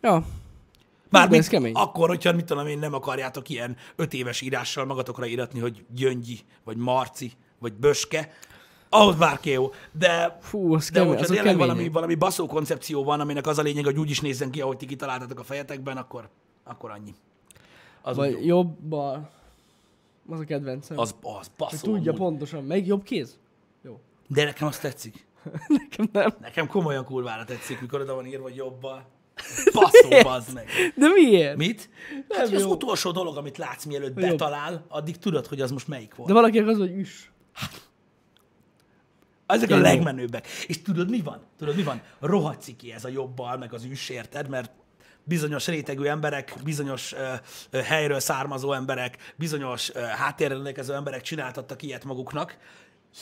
Ja.
Már
ez kemény.
akkor, hogyha mit tudom én, nem akarjátok ilyen öt éves írással magatokra íratni, hogy Gyöngyi, vagy Marci, vagy Böske, ahhoz bárki jó, de,
Fú, az
de
kemény-
hogyha
azok
tényleg valami,
kemények.
valami baszó koncepció van, aminek az a lényeg, hogy úgy is nézzen ki, ahogy ti kitaláltatok a fejetekben, akkor, akkor annyi. Az, Vagy...
Vagy jobb bal. Az a kedvencem.
az, szóval. az baszó.
Tudja
amúgy.
pontosan. Meg jobb kéz? Jó.
De nekem azt tetszik.
Nekem nem.
Nekem komolyan kurvára tetszik, mikor oda van írva, hogy jobba. Faszó, bazd meg.
De miért?
Mit? Hát, hogy az
jó.
utolsó dolog, amit látsz, mielőtt
jobb.
betalál, addig tudod, hogy az most melyik volt.
De valaki az, hogy üss.
Ezek a
Tényleg.
legmenőbbek. És tudod, mi van? Tudod, mi van? Rohadszik ki ez a jobbal, meg az üss, érted? Mert bizonyos rétegű emberek, bizonyos ö, ö, helyről származó emberek, bizonyos ö, háttérrel rendelkező emberek csináltattak ilyet maguknak.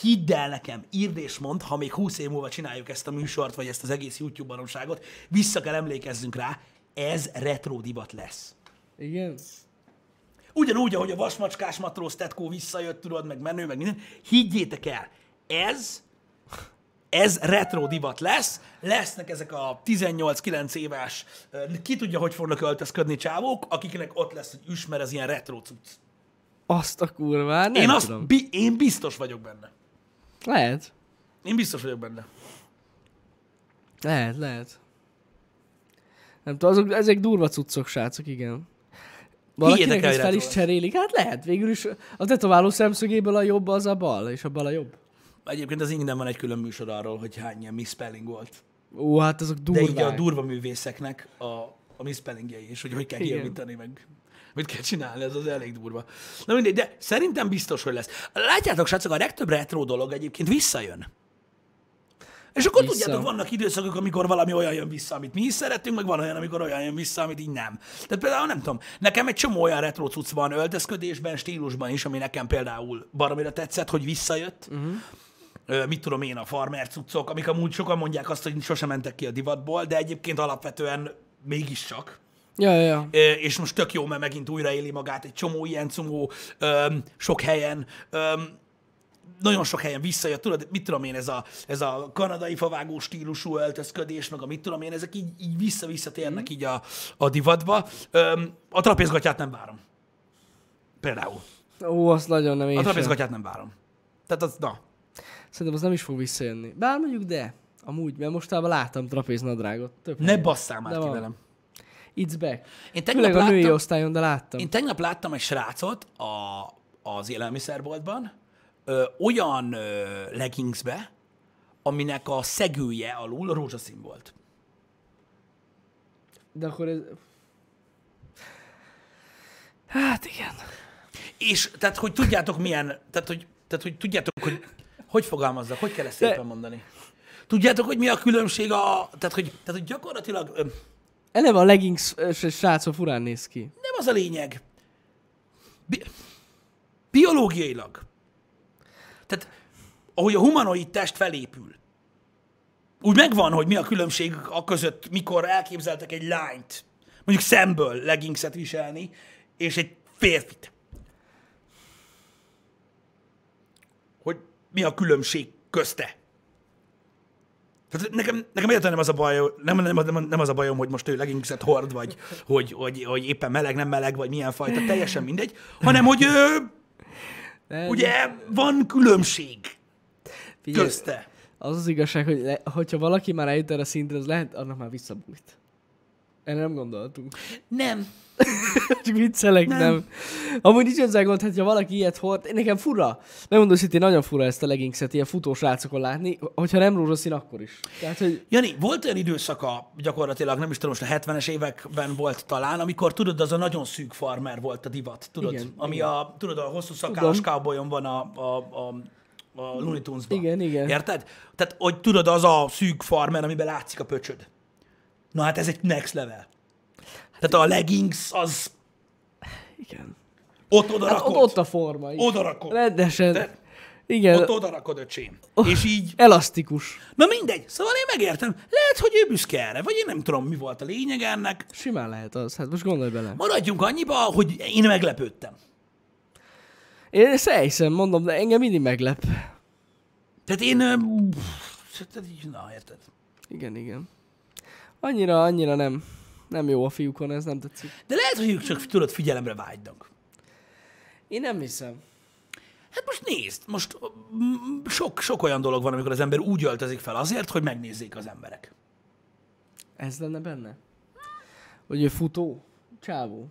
Hidd el nekem, írd és mondd, ha még 20 év múlva csináljuk ezt a műsort, vagy ezt az egész YouTube baromságot, vissza kell emlékezzünk rá, ez retro divat lesz.
Igen?
Ugyanúgy, ahogy a vasmacskás matróz tetkó visszajött, tudod, meg menő, meg minden. Higgyétek el, ez, ez retro divat lesz. Lesznek ezek a 18-9 éves, ö, ki tudja, hogy fognak öltözködni csávók, akiknek ott lesz, hogy üsmer az ilyen retro cucc.
Azt a kurván, nem
Én,
tudom.
azt, bi, én biztos vagyok benne.
Lehet.
Én biztos vagyok benne.
Lehet, lehet. Nem tudom, azok, ezek durva cuccok, srácok, igen. Valakinek
el,
ezt fel
hogy
is
retro lesz.
cserélik? Hát lehet, végül is a tetováló szemszögéből a jobb az a bal, és a bal a jobb.
Egyébként az ingyen van egy külön műsor arról, hogy hány ilyen misspelling volt.
Ó, hát azok
De
durvák.
így a durva művészeknek a, a misspellingjei, és hogy hogy kell
Igen.
kijavítani, meg mit kell csinálni, ez az elég durva. Na mindegy, de szerintem biztos, hogy lesz. Látjátok, srácok, a legtöbb retro dolog egyébként visszajön. És akkor
Vissza.
tudjátok, vannak időszakok, amikor valami olyan jön vissza, amit mi is szeretünk, meg van olyan, amikor olyan jön vissza, amit így nem. Tehát például nem tudom, nekem egy csomó olyan retro cucc van öltözködésben, stílusban is, ami nekem például baromira tetszett, hogy visszajött. Uh-huh. Ö, mit tudom én, a farmer cuccok, amik amúgy sokan mondják azt, hogy sosem mentek ki a divatból, de egyébként alapvetően mégiscsak.
Ja, ja, ja.
Ö, és most tök jó, mert megint újraéli magát egy csomó ilyen cumó, öm, sok helyen, öm, nagyon sok helyen visszajött, tudod, mit tudom én, ez a, ez a kanadai favágó stílusú öltözködés, meg a mit tudom én, ezek így, így
Mhm.
vissza-visszatérnek így a, a divatba. Öm, a trapézgatját nem várom. Például.
Ó, azt nagyon nem
A
én sem.
trapézgatját nem várom. Tehát az, na,
Szerintem az nem is fog visszajönni. Bár mondjuk de. Amúgy, mert mostában láttam trapéznadrágot. Több
ne basszál már
De
ki
van.
velem.
It's back.
Én tegnap
Főleg a női
láttam-
osztályon, de láttam.
Én tegnap láttam egy srácot a, az élelmiszerboltban, ö, olyan ö, leggingsbe, aminek a szegője alul rózsaszín volt.
De akkor ez... Hát igen.
És tehát, hogy tudjátok milyen, tehát, hogy, tehát, hogy tudjátok, hogy hogy fogalmazzak, hogy kell ezt
De-
szépen mondani. Tudjátok, hogy mi a különbség a, tehát, hogy, tehát, hogy gyakorlatilag ö,
Eleve a leggings ö, s- srácok furán néz ki.
nem az a lényeg. Bi- biológiailag. Tehát, ahogy a humanoid test felépül, úgy megvan, hogy mi a különbség a között, mikor elképzeltek egy lányt, mondjuk szemből leggingset viselni, és egy férfit. Hogy mi a különbség közte. Tehát nekem, nekem egyáltalán nem az a baj, nem, nem, nem, nem az a bajom, hogy most ő leggingset hord, vagy hogy, hogy, hogy éppen meleg, nem meleg, vagy milyen fajta, teljesen mindegy, hanem hogy ö,
De-
ugye van különbség
Figyelj,
közte.
Az az igazság, hogy le, hogyha valaki már eljut erre a szintre, az lehet, annak már visszabújt. Erre nem gondoltunk.
Nem.
Csak viccelek, nem. nem. Amúgy nincs ezzel gond, hát, ha valaki ilyet hord, nekem fura. Megmondom, hogy nagyon fura ezt a leggingset ilyen futós rácokon látni, hogyha nem rózsaszín, akkor is. Tehát, hogy
Jani, volt olyan időszaka, gyakorlatilag nem is tudom, most a 70-es években volt talán, amikor tudod, az a nagyon szűk farmer volt a divat, tudod?
Igen,
ami a, tudod, a hosszú szakállas cowboyon van a, a, a a Looney tunes
Igen, igen.
Érted? Tehát, hogy tudod, az a szűk farmer, amiben látszik a pöcsöd. Na hát ez egy next level. Tehát a leggings az
igen.
ott oda
Hát ott,
rakod.
ott a forma. igen.
Oda rakod.
Rendesen.
De-
igen.
ott oda rakod, öcsém. És így
Elasztikus.
Na mindegy, szóval én megértem. Lehet, hogy ő büszke erre, vagy én nem tudom, mi volt a lényeg ennek.
Simán lehet az. Hát most gondolj bele.
Maradjunk annyiba, hogy én meglepődtem.
Én ezt elhiszem, mondom, de engem mindig meglep.
Tehát én... ö, pff, tehát így, Na, érted.
Igen, igen. Annyira, annyira nem. Nem jó a fiúkon, ez nem tetszik.
De lehet, hogy ők csak tudod, figyelemre vágynak.
Én nem hiszem.
Hát most nézd, most mm, sok, sok olyan dolog van, amikor az ember úgy öltözik fel azért, hogy megnézzék az emberek.
Ez lenne benne? Hogy ő futó? Csávó?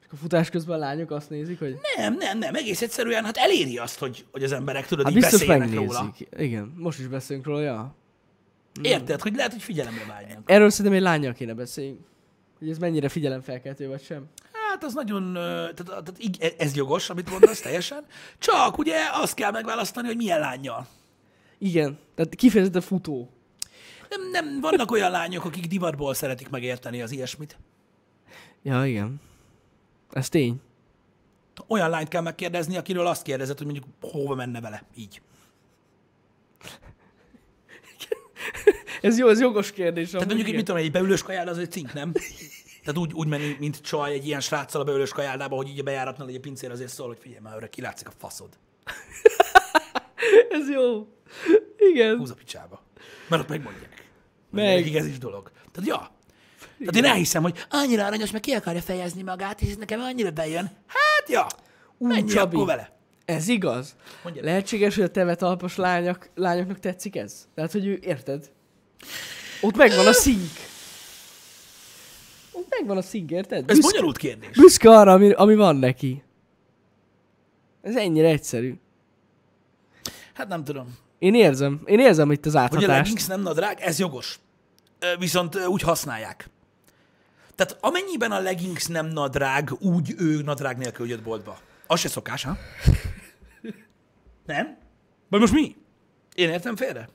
És a futás közben a lányok azt nézik, hogy... Hát
Nem, nem, nem, egész egyszerűen, hát eléri azt, hogy, hogy az emberek, tudod,
Hát
így
biztos
beszéljenek róla.
megnézik. Igen, most is beszélünk róla, ja.
Érted, hogy lehet, hogy figyelemre vágynak.
Erről szerintem egy lányjal kéne beszélni. Hogy ez mennyire figyelemfelkeltő, vagy sem.
Hát az nagyon, ö, tehát, tehát így- e- ez jogos, amit mondasz teljesen. Csak ugye azt kell megválasztani, hogy milyen lányjal.
Igen, tehát kifejezetten futó.
Nem, nem, vannak olyan lányok, akik divatból szeretik megérteni az ilyesmit.
Ja, igen. Ez tény.
Olyan lányt kell megkérdezni, akiről azt kérdezed, hogy mondjuk hova menne vele. Így.
Ez jó, ez jogos kérdés.
Tehát mondjuk, egy, mit tudom, én, egy beülős kajáda az egy cink, nem? Tehát úgy, úgy menni, mint csaj egy ilyen sráccal a beülős kajádába, hogy így a bejáratnál egy pincér azért szól, hogy figyelj már, öreg, kilátszik a faszod.
Ez jó. Igen.
Húz a picsába. Mert ott megmondják.
Meg.
Meg. ez is dolog. Tehát ja. Tehát én elhiszem, hogy annyira aranyos, meg ki akarja fejezni magát, és ez nekem annyira bejön. Hát ja.
Ú,
Menj
Csabi.
akkor vele.
Ez igaz.
Mondjad.
Lehetséges, hogy a teve talpas lányok, lányoknak tetszik ez? Tehát, hogy ő, érted? Ott megvan a szink. Ott megvan a szink, érted?
Ez
Büszke-
bonyolult kérdés.
Büszke arra, ami, ami van neki. Ez ennyire egyszerű.
Hát nem tudom.
Én érzem, én érzem itt az
Hogy a
áthatást.
leggings nem nadrág, ez jogos. Ö, Viszont ö, úgy használják. Tehát amennyiben a leggings nem nadrág, úgy ő nadrág nélkül jött boltba. Az se szokás, ha? Nem? Vagy most mi? Én értem félre?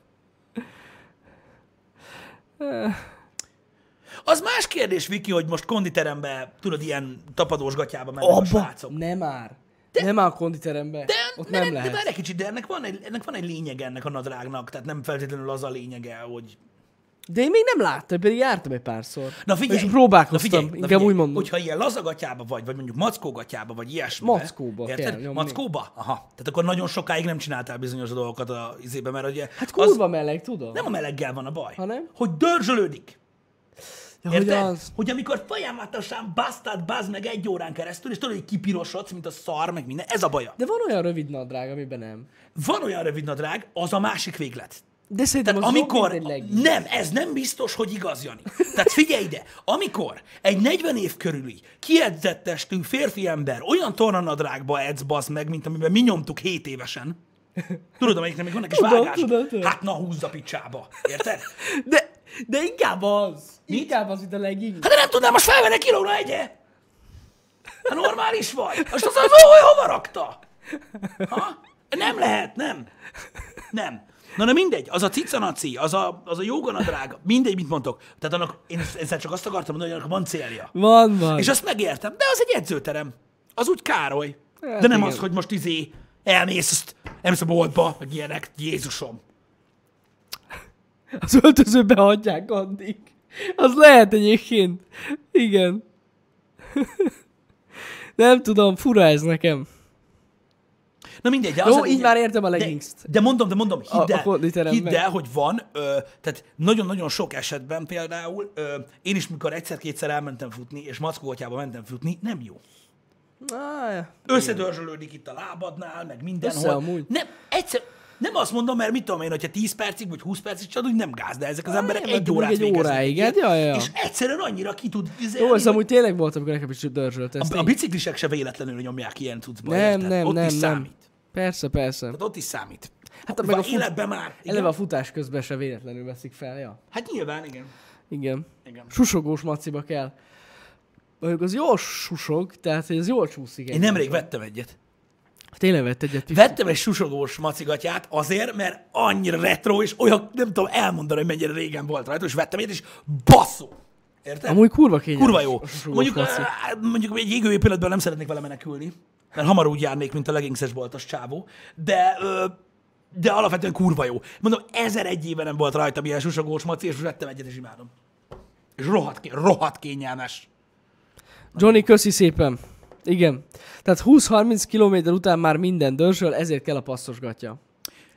Az más kérdés, Viki, hogy most konditerembe, tudod, ilyen tapadós gatyába mennek a srácok.
Nem már. De... Nem áll a konditerembe.
De,
Ott
de,
nem
de,
lehet.
de várj egy kicsit, de ennek van egy, ennek van egy lényege ennek a nadrágnak, tehát nem feltétlenül az a lényege, hogy
De én még nem láttam, pedig jártam egy párszor.
Na figyelj,
És próbálkoztam,
na
inkább úgy mondom.
Hogyha ilyen lazagatyába vagy, vagy mondjuk mackógatyába, vagy ilyesmi.
Mackóba, kell,
Érted?
nyomni.
mackóba? Aha. Tehát akkor nagyon sokáig nem csináltál bizonyos dolgokat a izébe, mert ugye
Hát
az
kurva meleg, tudod?
nem a meleggel van a baj,
Hanem?
hogy dörzsölődik.
ja, hogy
Érted? Hogy,
az.
hogy amikor folyamatosan basztad, bazd meg egy órán keresztül, és tudod, hogy kipirosodsz, mint a szar, meg minden, ez a baja.
De van olyan rövid nadrág, amiben nem.
Van olyan rövidnadrág, az a másik véglet.
De szerintem
Tehát
az jobb,
amikor...
mint egy leggings.
Nem, ez nem biztos, hogy igaz, Jani. Tehát figyelj ide, amikor egy 40 év körüli, kiedzett testű férfi ember olyan tornanadrágba edz basz meg, mint amiben mi nyomtuk 7 évesen, Tudod, amelyiknek még van egy kis
Tudom,
vágás?
tudom, tudom.
Hát na húzza picsába, érted?
De, de inkább az. Inkább az, mint a legging.
Hát de nem tudnám most felvenni kilóra egye? Hát normális vagy? Most azt mondod, hogy hova rakta? Ha? Nem lehet, nem. Nem. Na de mindegy, az a cicanaci, az a, az a jóganadrág, mindegy, mit mondtok. Tehát annak, én ezzel csak azt akartam mondani, hogy annak van célja.
Van, van.
És azt megértem, de az egy edzőterem. Az úgy Károly.
Hát
de nem
igen.
az, hogy most izé elmész, azt elmész a boltba, meg ilyenek, Jézusom.
Az öltözőbe hagyják addig. Az lehet egyébként. Igen. nem tudom, fura ez nekem.
Na mindegy. de
Jó,
az a
így
lényeg-
már értem a
de-
leggingst.
De mondom, de mondom, hidd
A- a
el,
konditeremben.
hidd el hogy van, ö, tehát nagyon-nagyon sok esetben például, ö, én is mikor egyszer-kétszer elmentem futni, és mackógatyába mentem futni, nem jó.
Ah,
Összedörzsölődik itt a lábadnál, meg
Össze
mindenhol.
amúgy.
Nem, egyszer, nem azt mondom, mert mit tudom én, hogyha 10 percig vagy 20 percig csak úgy nem gáz, de ezek az emberek
nem,
egy
hát
órát
egy
végeznek
óráig,
ilyen,
hát ja, ja, ja.
És egyszerűen annyira ki tud vizelni,
Jó, ez
hogy
amúgy tényleg volt, amikor nekem is dörzsölt ezt.
a, a biciklisek se véletlenül nyomják ilyen cuccba.
nem,
érted?
nem,
Ott
nem,
is
nem.
számít.
Persze, persze.
Tehát ott is számít.
Hát
Hát
meg
meg
a fut-
életben már. Igen?
Eleve a futás közben se véletlenül veszik fel, ja.
Hát nyilván, igen.
Igen.
igen.
Susogós maciba kell. Mondjuk az jól susog, tehát hogy ez jól csúszik.
Én nemrég vettem egyet.
Tényleg vett egyet. Pisti.
Vettem egy susogós macigatját azért, mert annyira retro, és olyan, nem tudom elmondani, hogy mennyire régen volt rajta, és vettem egyet, és basszó! Érted?
Amúgy kurva kényelmes.
Kurva jó.
a susogós
Mondjuk, eh,
maci.
á, mondjuk egy égő pillanatban nem szeretnék vele menekülni, mert hamar úgy járnék, mint a leggingses boltos csávó, de, ö, de alapvetően kurva jó. Mondom, ezer egy éve nem volt rajtam ilyen susogós maci, és vettem egyet, és imádom. És rohadt, ké- rohadt kényelmes.
Johnny, köszi szépen. Igen. Tehát 20-30 km után már minden dörzsöl, ezért kell a passzosgatja.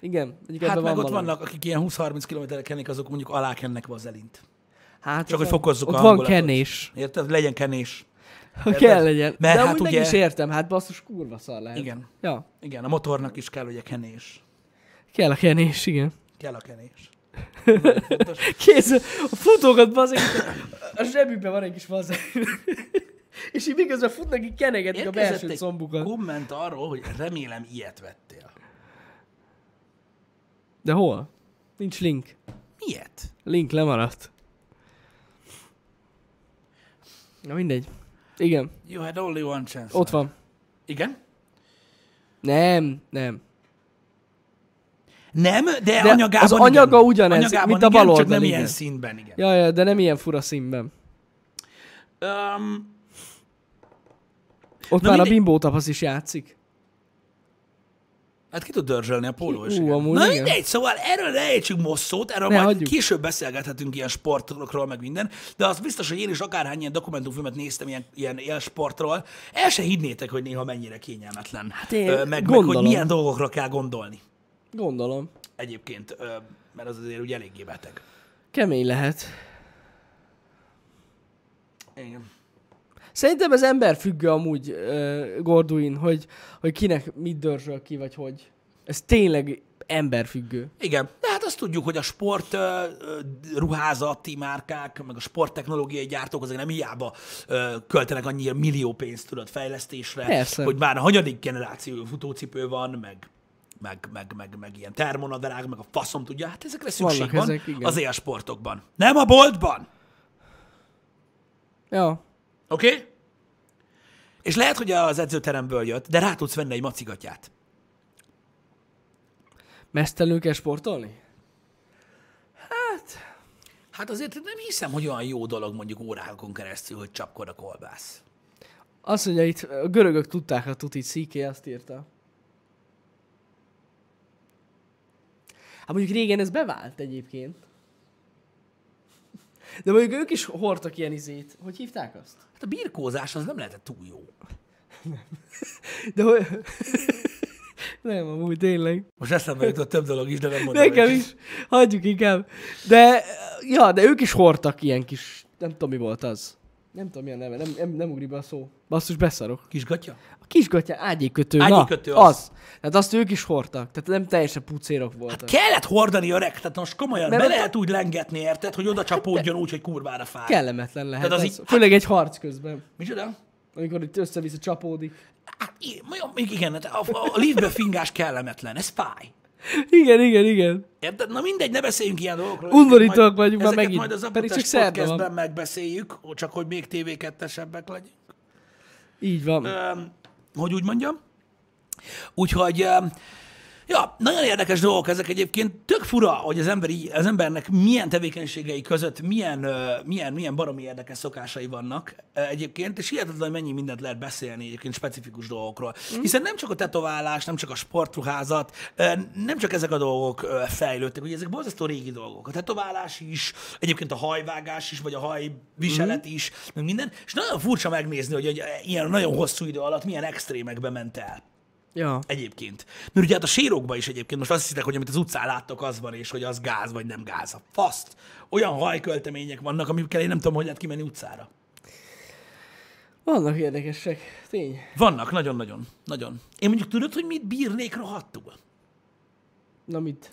Igen, egyik
Hát
ebben
meg
van
ott
valami.
vannak, akik ilyen 20-30 kilométerre kennek, azok mondjuk alá kennek vazelint.
Hát,
Csak hogy fokozzuk
ott
a
van
hangulatot.
kenés.
Érted? Legyen kenés.
Ha
Érted?
kell legyen.
Mert
De
hát
amúgy meg
ugye-
is értem, hát basszus kurva szar lehet.
Igen.
Ja,
Igen, a motornak is kell ugye kenés.
kell a kenés, igen.
Kell a kenés.
Kész, a futókat bazeg, a zsebükben van egy kis bazeg. És így miközben futnak, így kenegetik a
Érkezett
belső
egy
combukat.
komment arról, hogy remélem ilyet vettél.
De hol? Nincs link.
Miért?
Link lemaradt. Na mindegy. Igen,
You had hát only one chance.
ott van.
Igen?
Nem, nem.
Nem, de, de
az
anyagában igen.
anyaga ugyanez, mint a bal
igen, Csak
oldal,
nem
igen.
ilyen színben, igen.
Ja, ja, de nem ilyen fura színben.
Um,
Ott Na
Na
már
mindegy.
a bimbó tapasz is játszik.
Hát ki tud dörzsölni a póló is.
Ú,
igen.
amúgy
Na
igen.
mindegy, szóval erről lejtsük most szót, erről
Ne,
majd
hagyjuk.
később beszélgethetünk ilyen sportokról, meg minden, de az biztos, hogy én is akárhány ilyen dokumentumfilmet néztem ilyen, ilyen, ilyen sportról, el se hinnétek, hogy néha mennyire kényelmetlen. Hát
én
meg, meg, hogy
gondolom.
milyen dolgokra kell gondolni
Gondolom.
egyébként, ö, mert az azért ugye eléggé beteg.
Kemény lehet.
Igen.
Szerintem ez ember függő amúgy uh, Gorduin, hogy, hogy kinek mit dörzsöl ki, vagy hogy. Ez tényleg ember függő.
Igen, de hát azt tudjuk, hogy a sport ö, ö, ruházati márkák, meg a sporttechnológiai gyártók azért nem hiába ö, költenek annyi millió pénzt tudod fejlesztésre,
Persze.
hogy már a hanyadik generáció futócipő van, meg meg, meg, meg, meg ilyen termonadarág, meg a faszom tudja, hát ezekre szükség
Vannak
van
ezek, igen.
az ilyen sportokban. Nem a boltban!
Ja.
Oké? Okay? És lehet, hogy az edzőteremből jött, de rá tudsz venni egy macigatját.
Mesztelenül kell sportolni?
Hát azért nem hiszem, hogy olyan jó dolog mondjuk órákon keresztül, hogy csapkod a kolbász.
Azt mondja itt, a görögök tudták a tutit, Sziké azt írta. Hát mondjuk régen ez bevált egyébként. De mondjuk ők is hordtak ilyen izét. Hogy hívták azt?
Hát a birkózás az nem lehetett túl jó.
De hogy... nem, amúgy tényleg.
Most eszembe jutott több dolog is, de nem mondom.
Nekem
őket.
is. Hagyjuk inkább. De, ja, de ők is hordtak ilyen kis... Nem tudom, mi volt az. Nem tudom, mi a neve. Nem, nem, nem ugrik be a szó. Basszus, beszarok.
Kisgatya?
A kisgatya ágyékötő.
Ágyékötő
na,
az.
az. Tehát azt ők is hordtak. Tehát nem teljesen pucérok voltak.
Hát Kellett hordani öreg, tehát most komolyan
Mert
be
ott-
lehet úgy lengetni, érted, hogy oda csapódjon úgy, hogy kurvára fáj.
Kellemetlen lehet
Tehát
az,
az
az
így-
Főleg egy harc közben.
Micsoda?
Amikor itt össze-vissza csapódik.
Hát, i- mondjam, még igen, hát a, a, a liftbe fingás kellemetlen, ez fáj.
Igen, igen, igen.
Érted? Na mindegy, ne beszéljünk ilyen dolgokról.
Undorítóak
Ezeket
vagyunk már
ezeket
megint.
majd az
Pedig
Apotest
csak szerda van.
podcastben megbeszéljük, csak hogy még TV2-esebbek legyünk.
Így van.
Öm, hogy úgy mondjam. Úgyhogy, öm, ja, nagyon érdekes dolgok ezek egyébként. Tök fura, hogy az, emberi, az embernek milyen tevékenységei között milyen, ö, milyen, milyen baromi érdekes szokásai vannak ö, egyébként, és hihetetlen, hogy mennyi mindent lehet beszélni egyébként specifikus dolgokról. Hiszen nem csak a tetoválás, nem csak a sportruházat, ö, nem csak ezek a dolgok ö, fejlődtek, ugye ezek borzasztó régi dolgok. A tetoválás is, egyébként a hajvágás is, vagy a hajviselet is, meg minden. És nagyon furcsa megnézni, hogy egy ilyen nagyon hosszú idő alatt milyen extrémekbe ment el.
Ja.
Egyébként. Mert ugye hát a sérokban is egyébként most azt hiszitek, hogy amit az utcán láttok, az van, és hogy az gáz vagy nem gáz. A faszt. Olyan hajköltemények vannak, amikkel én nem tudom, hogy lehet kimenni utcára.
Vannak érdekesek. Tény.
Vannak, nagyon-nagyon. Nagyon. Én mondjuk tudod, hogy mit bírnék rohadtul?
Na mit?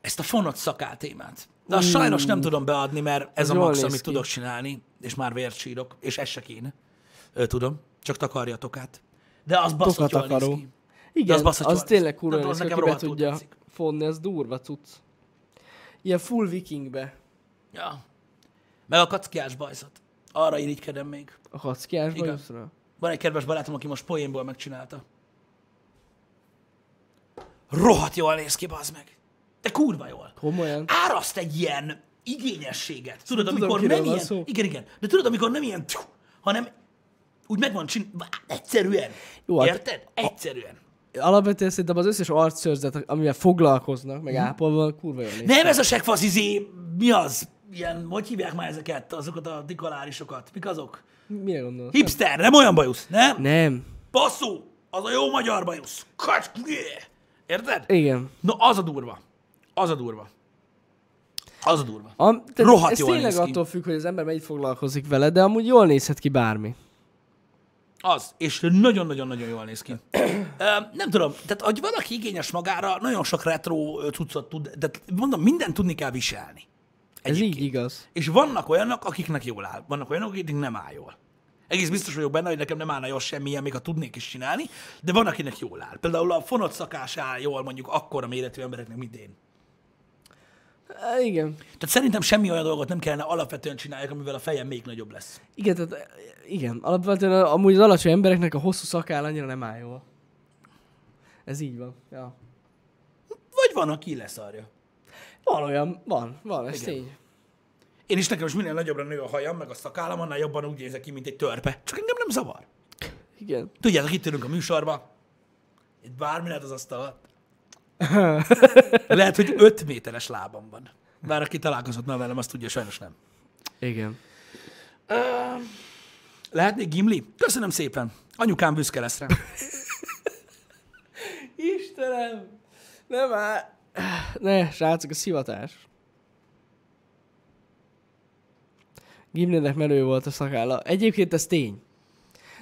Ezt a fonott szakál témát. De azt sajnos nem tudom beadni, mert ez a
Jól
max,
néz
amit
ki.
tudok csinálni, és már vért sírok, és ez se kéne. Ö, Tudom, csak takarjatok át. De az baszott jól néz
Tokatakaró.
ki. De
Igen,
az
az,
bassza
az
család.
tényleg
Tehát
kurva
az
az
nekem
aki be
rohadtul
tudja
tetszik.
fonni, az durva cucc. Ilyen full vikingbe
Ja. Meg a kackiás bajzat. Arra irigykedem még.
a hackiás
Igen.
bajuszra.
Van egy kedves barátom, aki most poénból megcsinálta. Rohadt jól néz ki, bazd meg. De kurva jól.
Komolyan.
Áraszt egy ilyen igényességet. Tudod, amikor
kiről
nem
van
ilyen...
szó.
Igen, igen. De tudod, amikor nem ilyen... tjú, hanem úgy megvan csinálva. Egyszerűen.
Jó, hát-
Érted? Egyszerűen.
Alapvetően szerintem az összes arcszörzet, amivel foglalkoznak,
Mhm.
meg ápolva, kurva jól néz.
Nem ez a segfasz izé, mi az? Ilyen, hogy hívják már ezeket, azokat a dikalárisokat? Mik azok?
Mire gondolsz?
Hipster, nem olyan bajusz, nem?
Nem.
Passzú, az a jó magyar bajusz. Kacské! Érted?
Igen.
Na, az a durva. Az a durva. Az a durva.
A, tehát
Rohadt
ez
jól
tényleg
néz ki.
attól függ, hogy az ember mennyit foglalkozik vele, de amúgy jól nézhet ki bármi.
Az. És nagyon-nagyon-nagyon jól néz ki. Ö, nem tudom, tehát hogy valaki igényes magára, nagyon sok retro ö, cuccot tud, de mondom, mindent tudni kell viselni.
Ez így igaz.
És vannak olyanok, akiknek jól áll. Vannak olyanok, akiknek nem áll jól. Egész biztos vagyok benne, hogy nekem nem állna jól semmilyen, még ha tudnék is csinálni, de van, akinek jól áll. Például a fonott szakás áll jól mondjuk akkora méretű embereknek, mint én.
Há, igen.
Tehát szerintem semmi olyan dolgot nem kellene alapvetően csinálják, amivel a fejem még nagyobb lesz.
Igen, tehát igen. Alapvetően a- amúgy az alacsony embereknek a hosszú szakáll annyira nem áll jól. Ez így van. Ja.
Vagy van, aki leszarja.
Van olyan, van, van, ez
Igen.
igen. tény.
Én is nekem is minél nagyobbra nő a hajam, meg a szakállam, annál jobban úgy nézek ki, mint egy törpe. Csak engem nem zavar.
Igen.
Tudjátok, itt ülünk a műsorba. Itt bármi lehet az asztal. Lehet, hogy 5 méteres lábam van. Bár aki találkozott már velem, azt tudja, sajnos nem.
Igen.
Lehetnék Gimli? Köszönöm szépen. Anyukám büszke lesz rám.
Istenem! Nem áll. Ne, srácok, a szivatás. Gimnének menő volt a szakálla. Egyébként ez tény.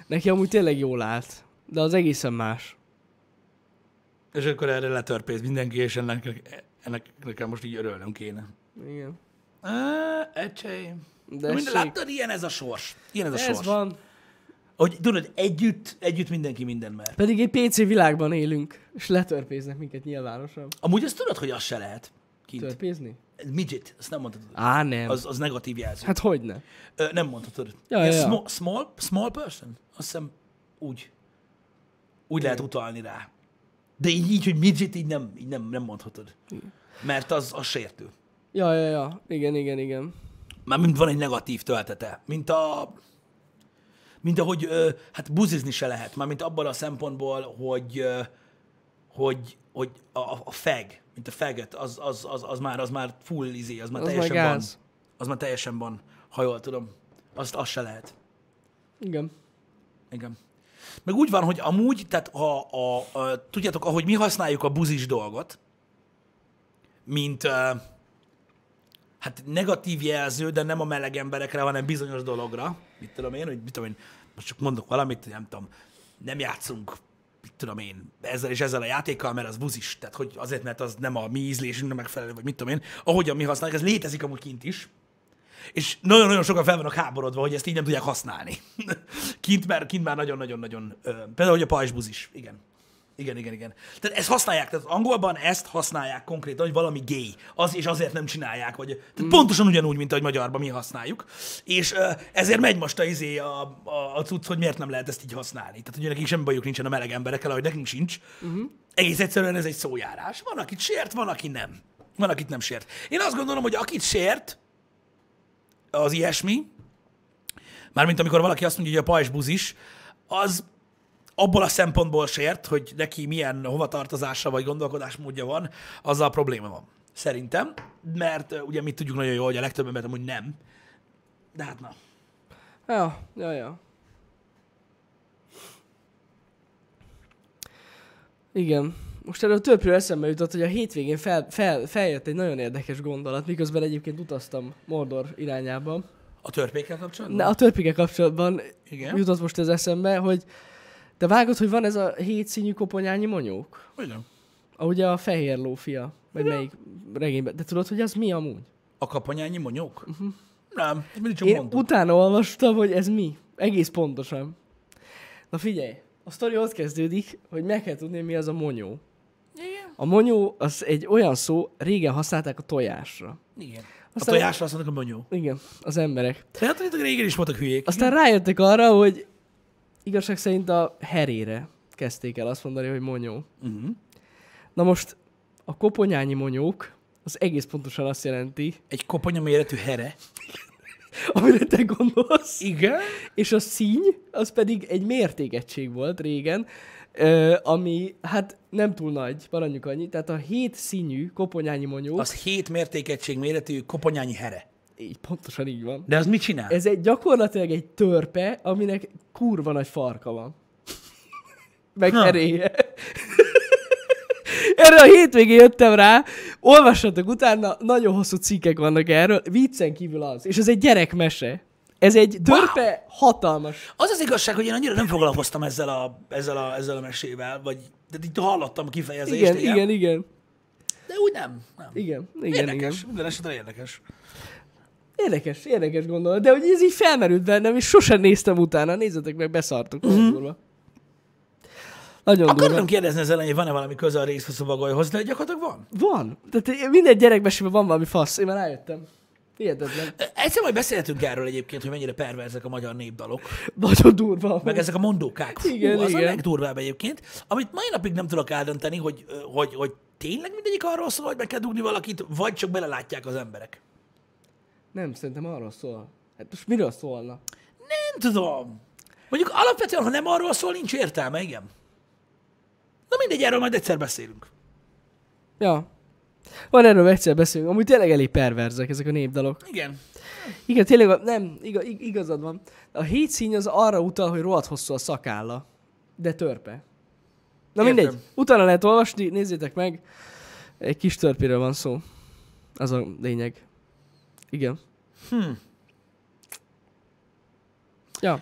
Neki amúgy tényleg jól állt, de az egészen más.
És akkor erre letörpész mindenki, és ennek, ennek nekem most így örölnöm kéne.
Igen.
Á, Ecseim.
De
De
ez
Mind,
ség.
láttad, ilyen ez a sors. Ilyen ez a
Ez
sors. Van.
van.
Hogy tudod, együtt, együtt mindenki minden mer.
Pedig egy PC világban élünk, és letörpéznek minket nyilvánosan.
Amúgy azt tudod, hogy az se lehet kint. Tört.
Törpézni?
Midget, azt nem mondhatod.
Á, nem. Az...
Az, az negatív jelző.
Hát hogy ne?
Ö, nem mondhatod.
Ja,
Ilyen
ja, ja.
Small, small, small person? Azt hiszem úgy. Úgy lehet utalni rá. De így, így hogy midget, így nem, így nem, nem mondhatod. Mert az, az sértő.
Ja, ja, ja. Igen, igen, igen.
Mármint van egy negatív töltete. Mint a... Mint ahogy, ö, hát buzizni se lehet. Mármint abban a szempontból, hogy, ö, hogy, hogy a, a feg, mint a feget, az, az, az, az, már, az már full izé, az már
Az már
teljesen van.
gáz.
Az már teljesen van, ha jól tudom. Azt, azt se lehet.
Igen.
Igen. Meg úgy van, hogy amúgy, tehát a, a, a, tudjátok, ahogy mi használjuk a buzis dolgot, mint ö, hát negatív jelző, de nem a meleg emberekre, hanem bizonyos dologra. Mit tudom én, hogy mit tudom én, most csak mondok valamit, nem tudom, nem játszunk, mit tudom én, ezzel és ezzel a játékkal, mert az buzis, tehát hogy azért, mert az nem a mi ízlésünknek megfelelő, vagy mit tudom én, ahogyan mi használjuk, ez létezik amúgy kint is. És nagyon-nagyon sokan fel vannak háborodva, hogy ezt így nem tudják használni. kint, már, kint már nagyon-nagyon-nagyon... ö, Például, hogy a pajzsbuz is. Igen. Igen, igen, igen. Tehát ezt használják, tehát angolban ezt használják konkrétan, hogy valami gay. Az és azért nem csinálják, vagy tehát mm. pontosan ugyanúgy, mint ahogy magyarban mi használjuk. És ö, ezért megy most a izé a, a, a cucc, hogy miért nem lehet ezt így használni. Tehát, hogy nekik semmi bajuk nincsen a meleg emberekkel, ahogy nekünk sincs. Mm-hmm. Egész egyszerűen ez egy szójárás. Van, akit sért, van, aki nem. Van, akit nem sért. Én azt gondolom, hogy akit sért, az ilyesmi, mármint amikor valaki azt mondja, hogy a pajzsbuzis, az abból a szempontból sért, hogy neki milyen hovatartozása vagy gondolkodásmódja van, azzal probléma van. Szerintem, mert ö, ugye mi tudjuk nagyon jól, hogy a legtöbb ember amúgy nem. De hát na.
Ja, ja, ja. Igen. Most erről többről eszembe jutott, hogy a hétvégén fel, fel, feljött egy nagyon érdekes gondolat, miközben egyébként utaztam Mordor irányába.
A törpékkel kapcsolatban?
Na, a törpike kapcsolatban
Igen.
jutott most ez eszembe, hogy te vágod, hogy van ez a hétszínű koponyányi monyók?
Ugyan.
A, ugye a fehér lófia, vagy melyik regényben. De tudod, hogy az mi amúgy?
A kapanyányi monyók? Uh-huh. Nem, ezt mindig csak
Én
mondom.
utána olvastam, hogy ez mi. Egész pontosan. Na figyelj, a sztori ott kezdődik, hogy meg kell tudni, mi az a monyó.
Igen.
A monyó az egy olyan szó, régen használták a tojásra.
Igen. A hát,
Aztán-
tojásra azt mondnak a monyó.
Igen, az emberek.
Tehát tudjátok, régen is voltak hülyék.
Aztán rájöttek arra, hogy igazság szerint a herére kezdték el azt mondani, hogy monyó.
Uh-huh.
Na most a koponyányi monyók, az egész pontosan azt jelenti,
Egy koponya méretű here.
amire te gondolsz.
Igen.
És a színy, az pedig egy mértékegység volt régen, ö, ami hát nem túl nagy, maradjunk annyi. Tehát a hét színű koponyányi monyó,
Az hét mértékegység méretű koponyányi here.
így pontosan így van.
De az mit csinál?
Ez egy gyakorlatilag egy törpe, aminek kurva nagy farka van. Meg
Ha.
eréje. Erre a hétvégén jöttem rá, olvassatok utána, nagyon hosszú cikkek vannak erről, viccen kívül az. És ez egy gyerekmese. Ez egy törpe hatalmas.
Az az igazság, hogy én annyira nem foglalkoztam ezzel a, ezzel a, ezzel a mesével, vagy de így hallottam a kifejezést,
Igen, igen, igen,
de úgy nem. nem.
igen, igen, igen.
érdekes, minden esetre érdekes.
Érdekes, érdekes gondolat, de hogy ez így
Mhm.
felmerült bennem, és sosem néztem utána. Nézzetek meg, beszartok. Uh-huh. Na Nagyon durva.
Akartam kérdezni az elején, hogy van-e valami köze a részfaszú bagolyhoz, de gyakorlatilag van.
Van. Tehát minden gyerekmesében van valami fasz. Én már rájöttem. Hihetetlen.
Ö, E, Egyszer majd beszélhetünk erről egyébként, hogy mennyire perverzek a magyar népdalok,
Nagyon durva.
meg ezek a mondókák. Fú,
Igen,
az a
igen.
legdurvább egyébként, amit mai napig nem tudok eldönteni, hogy, ö, hogy, hogy tényleg mindegyik arról szól, hogy meg kell dugni valakit, vagy csak belelátják az emberek.
Nem, szerintem arról szól. Hát most miről szólna?
Nem tudom. Mondjuk alapvetően, ha nem arról szól, nincs értelme, igen. Na mindegy, erről majd egyszer beszélünk.
Ja. Van erről egyszer beszélünk. Amúgy tényleg elég perverzek ezek a népdalok.
Igen.
Igen, tényleg, nem, iga, ig- igazad van. A hét színy az arra utal, hogy rohadt hosszú a szakálla, de törpe. Na
Értem.
mindegy, utána lehet olvasni, nézzétek meg. Egy kis törpiről van szó. Az a lényeg. Igen.
Hm.
Ja.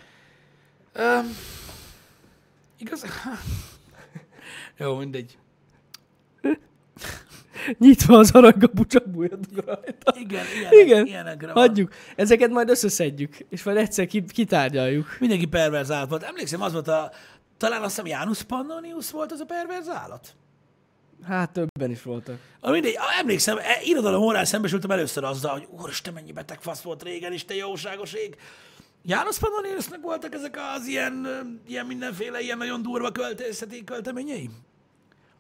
Um, igaz? Jó, mindegy.
Nyitva az aragabu csapújat rajta.
Igen, ilyenek,
Igen.
ilyenekre van.
Hagyjuk. Ezeket majd összeszedjük, és majd egyszer ki- kitárgyaljuk.
Mindenki perverz állat volt. Emlékszem, az volt a... Talán azt hiszem János Pannonius volt az a perverz állat.
Hát többen is voltak.
A mindegy, á, emlékszem, e, irodalom órán szembesültem először azzal, hogy úr, te mennyi beteg fasz volt régen is, te jóságos ég. János Pannoniusnak voltak ezek az ilyen, ö, ilyen mindenféle, ilyen nagyon durva költészeti költeményei?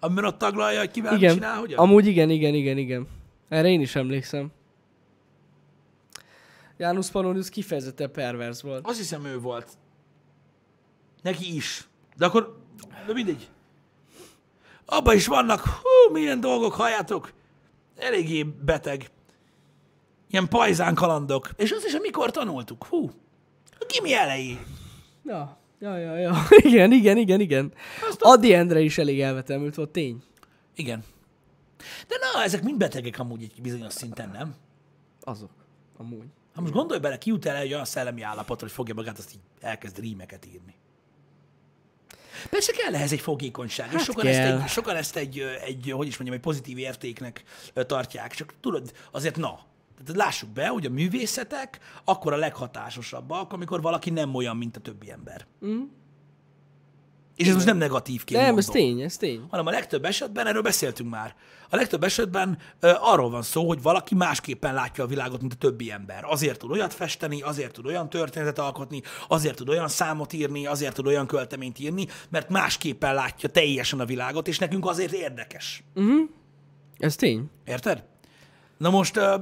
Amiben ott taglalja, hogy kivel mit
Igen.
csinál, hogyan?
Amúgy igen, igen, igen, igen. Erre én is emlékszem. János Pannonius kifejezetten pervers volt.
Azt hiszem ő volt. Neki is. De akkor, de mindegy. Abba is vannak, hú, milyen dolgok, halljátok. Eléggé beteg. Ilyen pajzán kalandok. És azt is, hogy mikor tanultuk. Hú. A gimi elejé.
Ja, ja, ja, ja. Igen, igen, igen, igen. Adi Endre is elég elvetemült volt, tény.
Igen. De na, ezek mind betegek amúgy egy bizonyos szinten, nem?
Azok. Amúgy.
Ha most gondolj bele, ki jut el egy olyan szellemi állapotra, hogy fogja magát, azt így elkezd rímeket írni. Persze kell ehhez egy fogékonyság, és sokan ezt,
Hát kell.
egy, sokan ezt egy, ö, egy, ö, hogy is mondjam, egy pozitív értéknek ö, tartják, csak tudod, azért na, tehát lássuk be, hogy a művészetek akkor a leghatásosabbak, amikor valaki nem olyan, mint a többi ember. Mm. És ez most nem negatív
Nem,
kimondom
ez tény, ez tény.
hanem a legtöbb esetben, erről beszéltünk már, a legtöbb esetben ö, arról van szó, hogy valaki másképpen látja a világot, mint a többi ember. Azért tud olyat festeni, azért tud olyan történetet alkotni, azért tud olyan számot írni, azért tud olyan költeményt írni, mert másképpen látja teljesen a világot, és nekünk azért érdekes.
Ez tény.
Érted? Na most ö,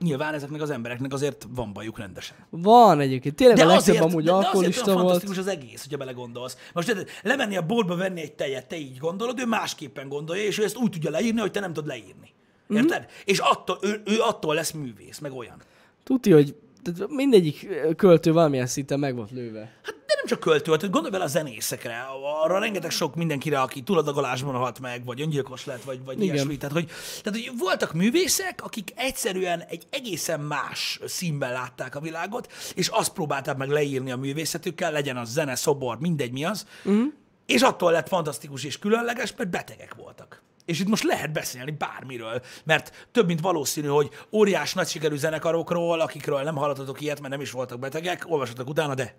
nyilván ezeknek az embereknek azért van bajuk rendesen.
Van egyébként. Tényleg a
De
legtöbb
azért,
amúgy
de, de azért
alkoholista
olyan
volt.
fantasztikus az egész, hogyha belegondolsz. Most érted, lemenni a boltba venni egy tejet, te így gondolod, ő másképpen gondolja, és ő ezt úgy tudja leírni, hogy te nem tudod leírni.
Mhm.
Érted? Mm-hmm. És attól, ő, ő attól lesz művész, meg olyan.
Tudti, hogy tehát mindegyik költő valamilyen szinten meg volt lőve.
Hát de nem csak költő, hát gondolj bele a zenészekre, arra rengeteg sok mindenkire, aki túladagolásban halt meg, vagy öngyilkos lett, vagy, vagy
Igen.
ilyesmi. Tehát hogy, tehát, hogy voltak művészek, akik egyszerűen egy egészen más színben látták a világot, és azt próbálták meg leírni a művészetükkel, legyen az zene, szobor, mindegy mi az, uh-huh. és attól lett fantasztikus és különleges, mert betegek voltak. És itt most lehet beszélni bármiről, mert több mint valószínű, hogy óriás nagy sikerű zenekarokról, akikről nem hallottatok ilyet, mert nem is voltak betegek, olvasatok utána, de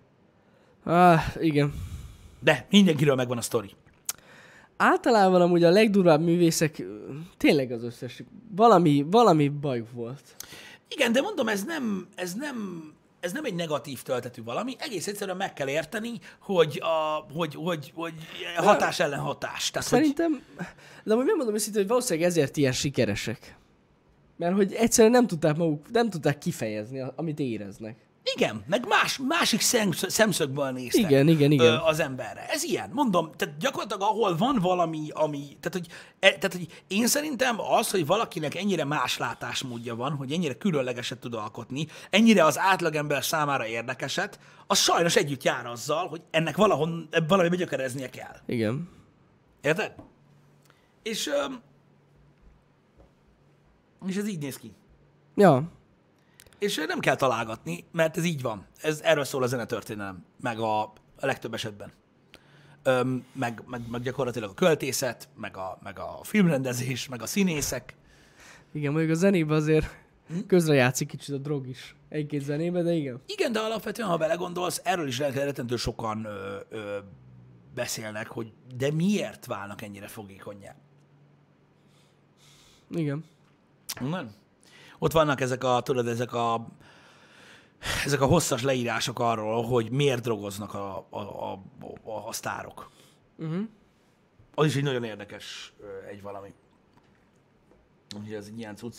Ah, igen.
de mindenkiről megvan a sztori.
Általában amúgy a legdurvább művészek ö, tényleg az összes. Valami, valami bajuk volt.
Igen, de mondom, ez nem, ez nem, ez nem egy negatív töltetű valami, egész egyszerűen meg kell érteni, hogy, a, hogy, hogy, hogy hatás ellen hatás. Tehát, hogy,
Szerintem, de amúgy megmondom őszintén, hogy valószínűleg ezért ilyen sikeresek. Mert hogy egyszerűen nem tudták maguk, nem tudták kifejezni, a- amit éreznek.
igen, meg más, másik szemsz- szemszögből néztek.
Igen, igen, igen.
ö, az emberre. Ez ilyen, mondom, tehát gyakorlatilag ahol van valami, ami, tehát hogy, e, tehát hogy én szerintem az, hogy valakinek ennyire más látásmódja van, hogy ennyire különlegeset tud alkotni, ennyire az átlagember számára érdekeset, az sajnos együtt jár azzal, hogy ennek valahon, valamibe gyökereznie kell.
Igen.
Érted? És, öm, és ez így néz ki.
Ja,
És nem kell találgatni, mert ez így van. Ez, erről szól a zenetörténelem, meg a, a legtöbb esetben. Öm, meg, meg, meg, gyakorlatilag a költészet, meg a, meg a filmrendezés, meg a színészek.
igen, mondjuk a zenében azért közre játszik kicsit a drog is. Egy-két zenében, de igen.
Igen, de alapvetően, ha belegondolsz, erről is lehet rettentő sokan ö, ö, beszélnek, hogy de miért válnak ennyire fogékonyá.
Igen.
Nem. Ott vannak ezek a, tudod, ezek a ezek a hosszas leírások arról, hogy miért drogoznak a, a, a, a, a sztárok.
Uh-huh.
Az is egy nagyon érdekes ö, egy valami. Úgyhogy ez egy ilyen cucc.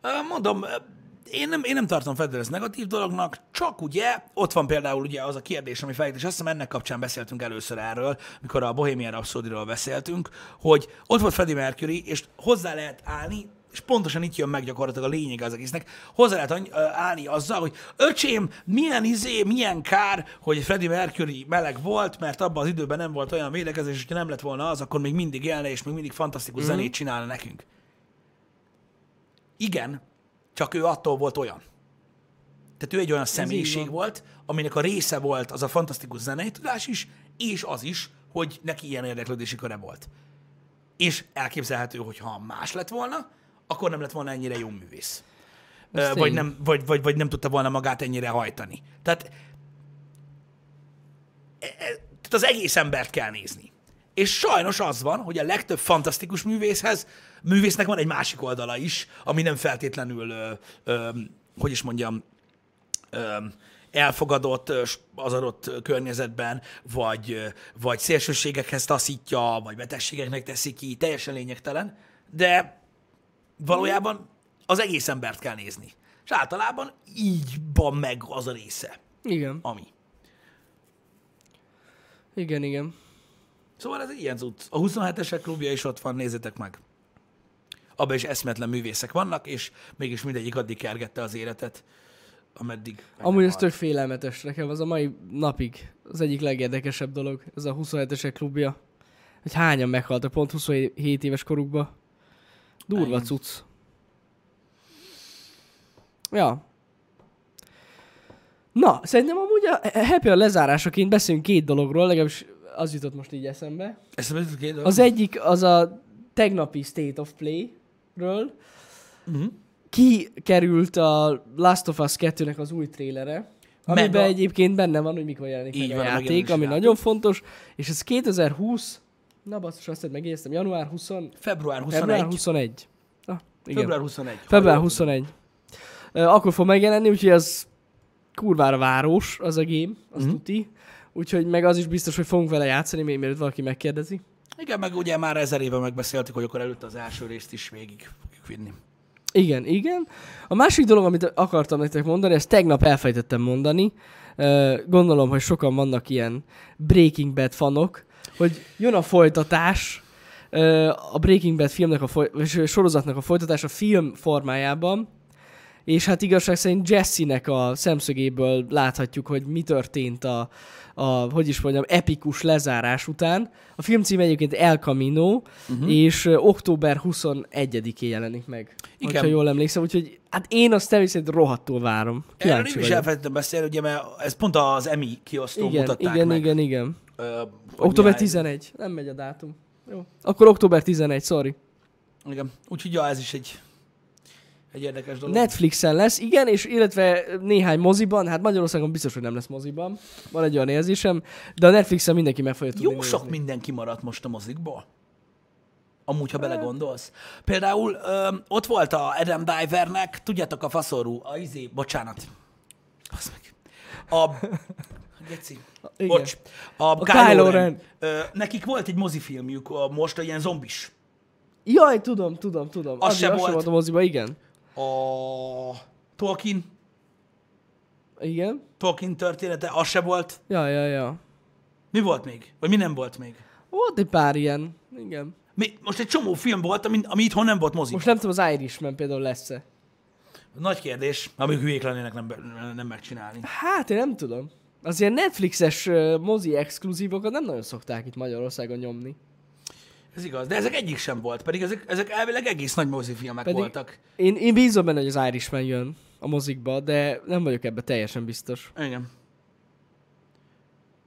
Ö, Mondom, ö, én nem, én nem tartom Federer ezt negatív dolognak, csak ugye, ott van például ugye az a kérdés, ami felít, és azt hiszem ennek kapcsán beszéltünk először erről, mikor a Bohemian Rhapsody-ról beszéltünk, hogy ott volt Freddie Mercury, és hozzá lehet állni, és pontosan itt jön meg gyakorlatilag a lényeg az egésznek, hozzá lehet any- ö, állni azzal, hogy öcsém, milyen izé, milyen kár, hogy Freddie Mercury meleg volt, mert abban az időben nem volt olyan védekezés, és ha nem lett volna az, akkor még mindig élne, és még mindig fantasztikus zenét csinálna nekünk. Igen, csak ő attól volt olyan. Tehát ő egy olyan
így
személyiség
van.
volt, aminek a része volt az a fantasztikus zenei tudás is, és az is, hogy neki ilyen érdeklődési köre volt. És elképzelhető, hogy ha más lett volna, akkor nem lett volna ennyire jó művész. Ö,
Ez
Vagy
tény.
nem, vagy, vagy, vagy nem tudta volna magát ennyire hajtani. Tehát, e- e- tehát az egész embert kell nézni. És sajnos az van, hogy a legtöbb fantasztikus művészhez, művésznek van egy másik oldala is, ami nem feltétlenül, ö, ö, hogy is mondjam, öm, elfogadott ö, s- az adott ö, környezetben, vagy, ö, vagy szélsőségekhez taszítja, vagy betegségeknek teszi ki, teljesen lényegtelen, de valójában az egész embert kell nézni. És általában így van meg az a része,
Igen.
ami.
Igen, igen.
Szóval ez egy ilyen cucc. A 27-esek klubja is ott van, nézzétek meg. Abban is eszmetlen művészek vannak, és mégis mindegyik addig kergette az életet, ameddig... meg
Amúgy
nem
ez tök félelmetes nekem, az a mai napig az egyik legérdekesebb dolog, ez a 27-esek klubja. Hogy hányan meghaltak pont 27 éves korukba. Durva
Igen.
cucc. Ja. Na, szerintem amúgy a e, happy hour lezárásaként beszélünk két dologról, legalábbis az jutott most így eszembe.
Eszembe jutott két dolog.
Az egyik az a tegnapi State of Play-ről.
Mhm.
Kikerült a Last of Us 2-nek az új trélere,
Meg
amiben
a-
egyébként benne van, hogy mikor jelenik
Így
meg
van,
a
a
játék,
megjelenési
ami
játék.
nagyon fontos, és ez 2020, na basszus, azt hiszem, megjegyeztem, január 20,
Február 21.
február 21. Ah, igen.
Február 21.
Február
Ha jól
21. Ö, Akkor fog megjelenni, úgyhogy az kurvára város az a game, az
Mhm.
mm-hmm. tuti. Úgyhogy meg az is biztos, hogy fogunk vele játszani, még mielőtt valaki megkérdezi.
tudom. Igen, meg ugye már ezer éve megbeszéltük, hogy akkor előtt az első részt is végig fogjuk vinni.
Igen, igen. A másik dolog, amit akartam nektek mondani, ezt tegnap elfejtettem mondani. Ö, Gondolom, hogy sokan vannak ilyen Breaking Bad fanok, hogy jön a folytatás, ö, a Breaking Bad filmnek a foly- vagy sorozatnak a folytatása film formájában, és hát igazság szerint Jesse-nek a szemszögéből láthatjuk, hogy mi történt a, a hogy is mondjam, epikus lezárás után. A film címe egyébként El Camino,
Mhm.
uh-huh. és ö, október 21-én jelenik meg.
Igen.
Igen. Ha jól emlékszem, úgyhogy hát én azt természetesen rohadtul várom.
Erről
Kíváncsi
nem is
vagyok.
elfelejtettem beszélni, ugye, mert ez pont az EMI kiosztó
Igen,
mutatták
igen,
meg.
igen, igen.
Ö, hogy
Október
milyen-
11. Nem megy a dátum. Jó. Akkor október 11, sorry.
Igen. Úgyhogy ja, ez is egy, egy érdekes dolog.
Netflixen lesz, igen, és illetve néhány moziban, hát Magyarországon biztos, hogy nem lesz moziban, van egy olyan érzésem, de a Netflixen mindenki meg fogja tudni
Jó
nézni.
sok mindenki maradt most a mozikból. Amúgy, ha belegondolsz. Például ö, ott volt a Adam Divernek, tudjátok, a faszorú, a izé, bocsánat. Basz meg. A... Geci.
Igen.
Bocs. A, a Kylo,
Kylo
Ren.
Ren.
Ö, nekik volt egy mozifilmjük ö, most, egy ilyen zombis.
Jaj, tudom, tudom, tudom.
Az
Az, az,
se
sem, az
volt.
sem volt a moziban, igen.
A Tolkien,
Igen.
Tolkien története, az se volt.
Ja, ja, ja.
Mi volt még? Vagy mi nem volt még?
Volt egy pár ilyen. Igen.
Mi, most egy csomó film volt, ami, ami itthon nem volt mozi.
Most nem tudom, az Irishman például lesz-e.
Nagy kérdés, amíg hülyék lennének nem, be- nem megcsinálni.
Hát én nem tudom. Az ilyen Netflixes ö, mozi exkluzívokat nem nagyon szokták itt Magyarországon nyomni.
Ez igaz, de ezek egyik sem volt, pedig ezek, ezek elvileg egész nagy mozifilmek
Pedig-
voltak.
Én, én bízom benne, hogy az Irishman jön a mozikba, de nem vagyok ebbe teljesen biztos.
Igen.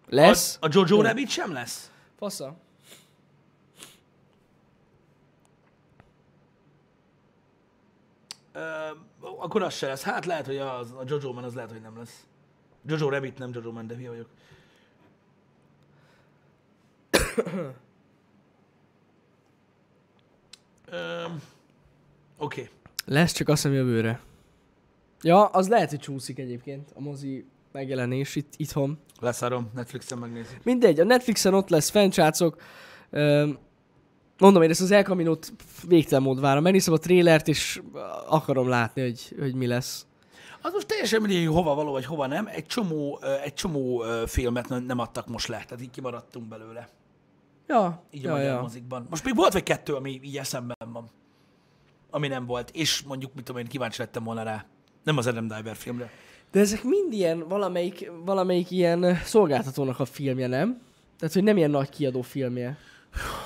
Lesz?
A, a Jojo
Jön.
Rabbit sem lesz?
Fasza.
Ö, akkor az se lesz. Hát lehet, hogy az, a Jojo Man az lehet, hogy nem lesz. Jojo Rabbit nem Jojo Man, de mi vagyok. Um, Oké. Okay.
Lesz csak azt hiszem jövőre. Ja, az lehet, hogy csúszik egyébként a mozi megjelenés itt, itthon.
Leszarom, Netflixen megnézzük.
Mindegy, a Netflixen ott lesz, fenncsácok. Öm, Mondom, én ezt az El Camino-t végtelen mód várom. Megnézem a trélert, és akarom látni, hogy, hogy mi lesz.
Az most teljesen mindegy, hogy hova való, vagy hova nem. Egy csomó, ö, egy csomó ö, filmet nem- nem adtak most le, tehát így kimaradtunk belőle.
Ja,
Így a
ja,
magyar
ja.
mozikban. Most még volt vagy kettő, ami így eszemben van. Ami nem volt. És mondjuk, mit tudom én, kíváncsi lettem volna rá. Nem az Adam Diver filmre.
De ezek mind ilyen, valamelyik, valamelyik ilyen ö, szolgáltatónak a filmje, nem? Tehát, hogy nem ilyen nagy kiadó filmje.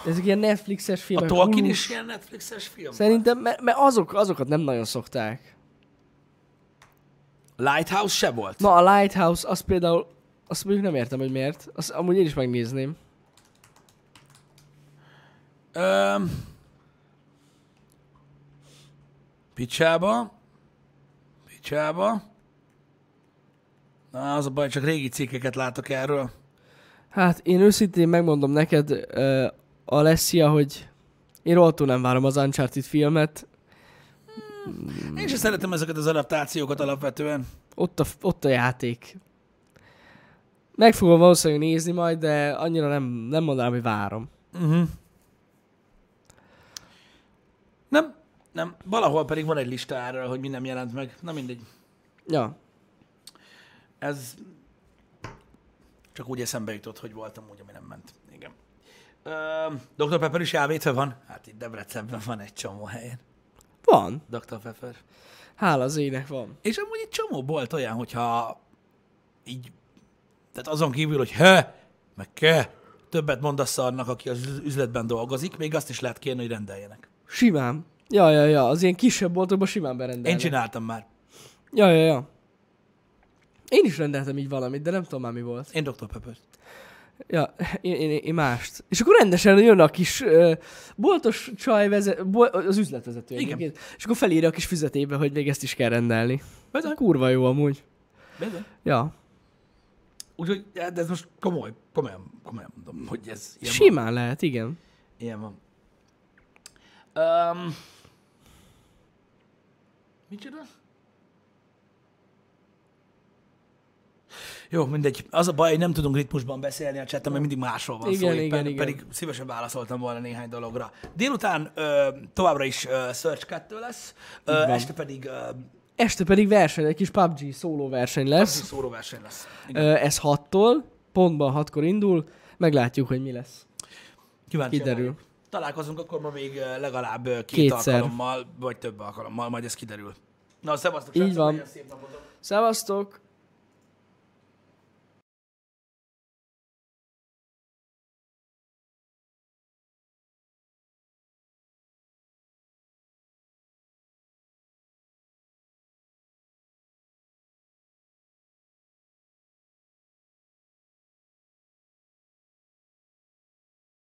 Ezek ilyen Netflixes
A
filmek.
Tolkien
Hulu-s.
is ilyen Netflixes film?
Szerintem, mert, mert azok, azokat nem nagyon szokták.
Lighthouse se volt.
Na, a Lighthouse, az például, azt mondjuk nem értem, hogy miért. Azt amúgy én is megnézném.
Öm, picsába. Picsába. Na, az a baj, csak régi cikkeket látok erről.
Hát én őszintén megmondom neked, uh, Alessia, hogy én rohadtul nem várom az Uncharted filmet.
Én sem szeretem ezeket az adaptációkat alapvetően.
Ott a, ott a játék. Meg fogom valószínűleg nézni majd, de annyira nem, nem mondanám, hogy várom.
Uh-huh. Nem, nem. Valahol pedig van egy lista erről, hogy mi nem jelent meg. Na mindegy.
Ja,
Ez csak úgy eszembe jutott, hogy voltam úgy, ami nem ment. Igen. Öm, Dr. Pepper is elvétve van? Hát itt Debrecenben van egy csomó helyen.
van.
Dr. Pepper.
Hála az ének van.
És amúgy egy csomó volt olyan, hogyha így, tehát azon kívül, hogy he, meg ke, többet mondasz annak, aki az üzletben dolgozik, még azt is lehet kérni, hogy rendeljenek.
Simán. Ja, ja, ja, az ilyen kisebb boltokban simán berendelnek.
Én csináltam már.
Ja, ja, ja. Én is rendeltem így valamit, de nem tudom már mi volt.
Én Dr. Pepper.
Ja, én, én, én mást. És akkor rendesen jön a kis uh, boltos csaj, vezet, bol, az üzletvezető.
Igen.
egyébként. És akkor felírja a kis füzetébe, hogy még ezt is kell rendelni.
Bizony.
Kurva jó amúgy.
Bizony.
Ja,
Úgyhogy hát ez most komoly, komolyan, komolyan mondom, hogy ez ilyen van.
simán lehet, igen.
Ilyen van. Um, micsoda? Jó, mindegy. Az a baj, hogy nem tudunk ritmusban beszélni a chatten, mert mindig másról van
Igen,
szó.
igen,
pedig,
igen.
pedig szívesen válaszoltam volna néhány dologra. Délután ö, továbbra is ö, Search 2 lesz, ö,
Így van.
este pedig ö,
Este pedig verseny, egy kis PUBG szóló verseny lesz.
szóróverseny lesz. Igen.
Ö, ez 6-tól, pontban 6-kor indul, meglátjuk, hogy mi lesz.
Kíváncsi
Kiderül.
vagyok. Találkozunk akkor ma még ö, legalább ö, két
Kétszer.
alkalommal, vagy több alkalommal, majd ez kiderül. Na, szevasztok,
Így
srácok,
van.
legyen szép napotok.
Szevasztok!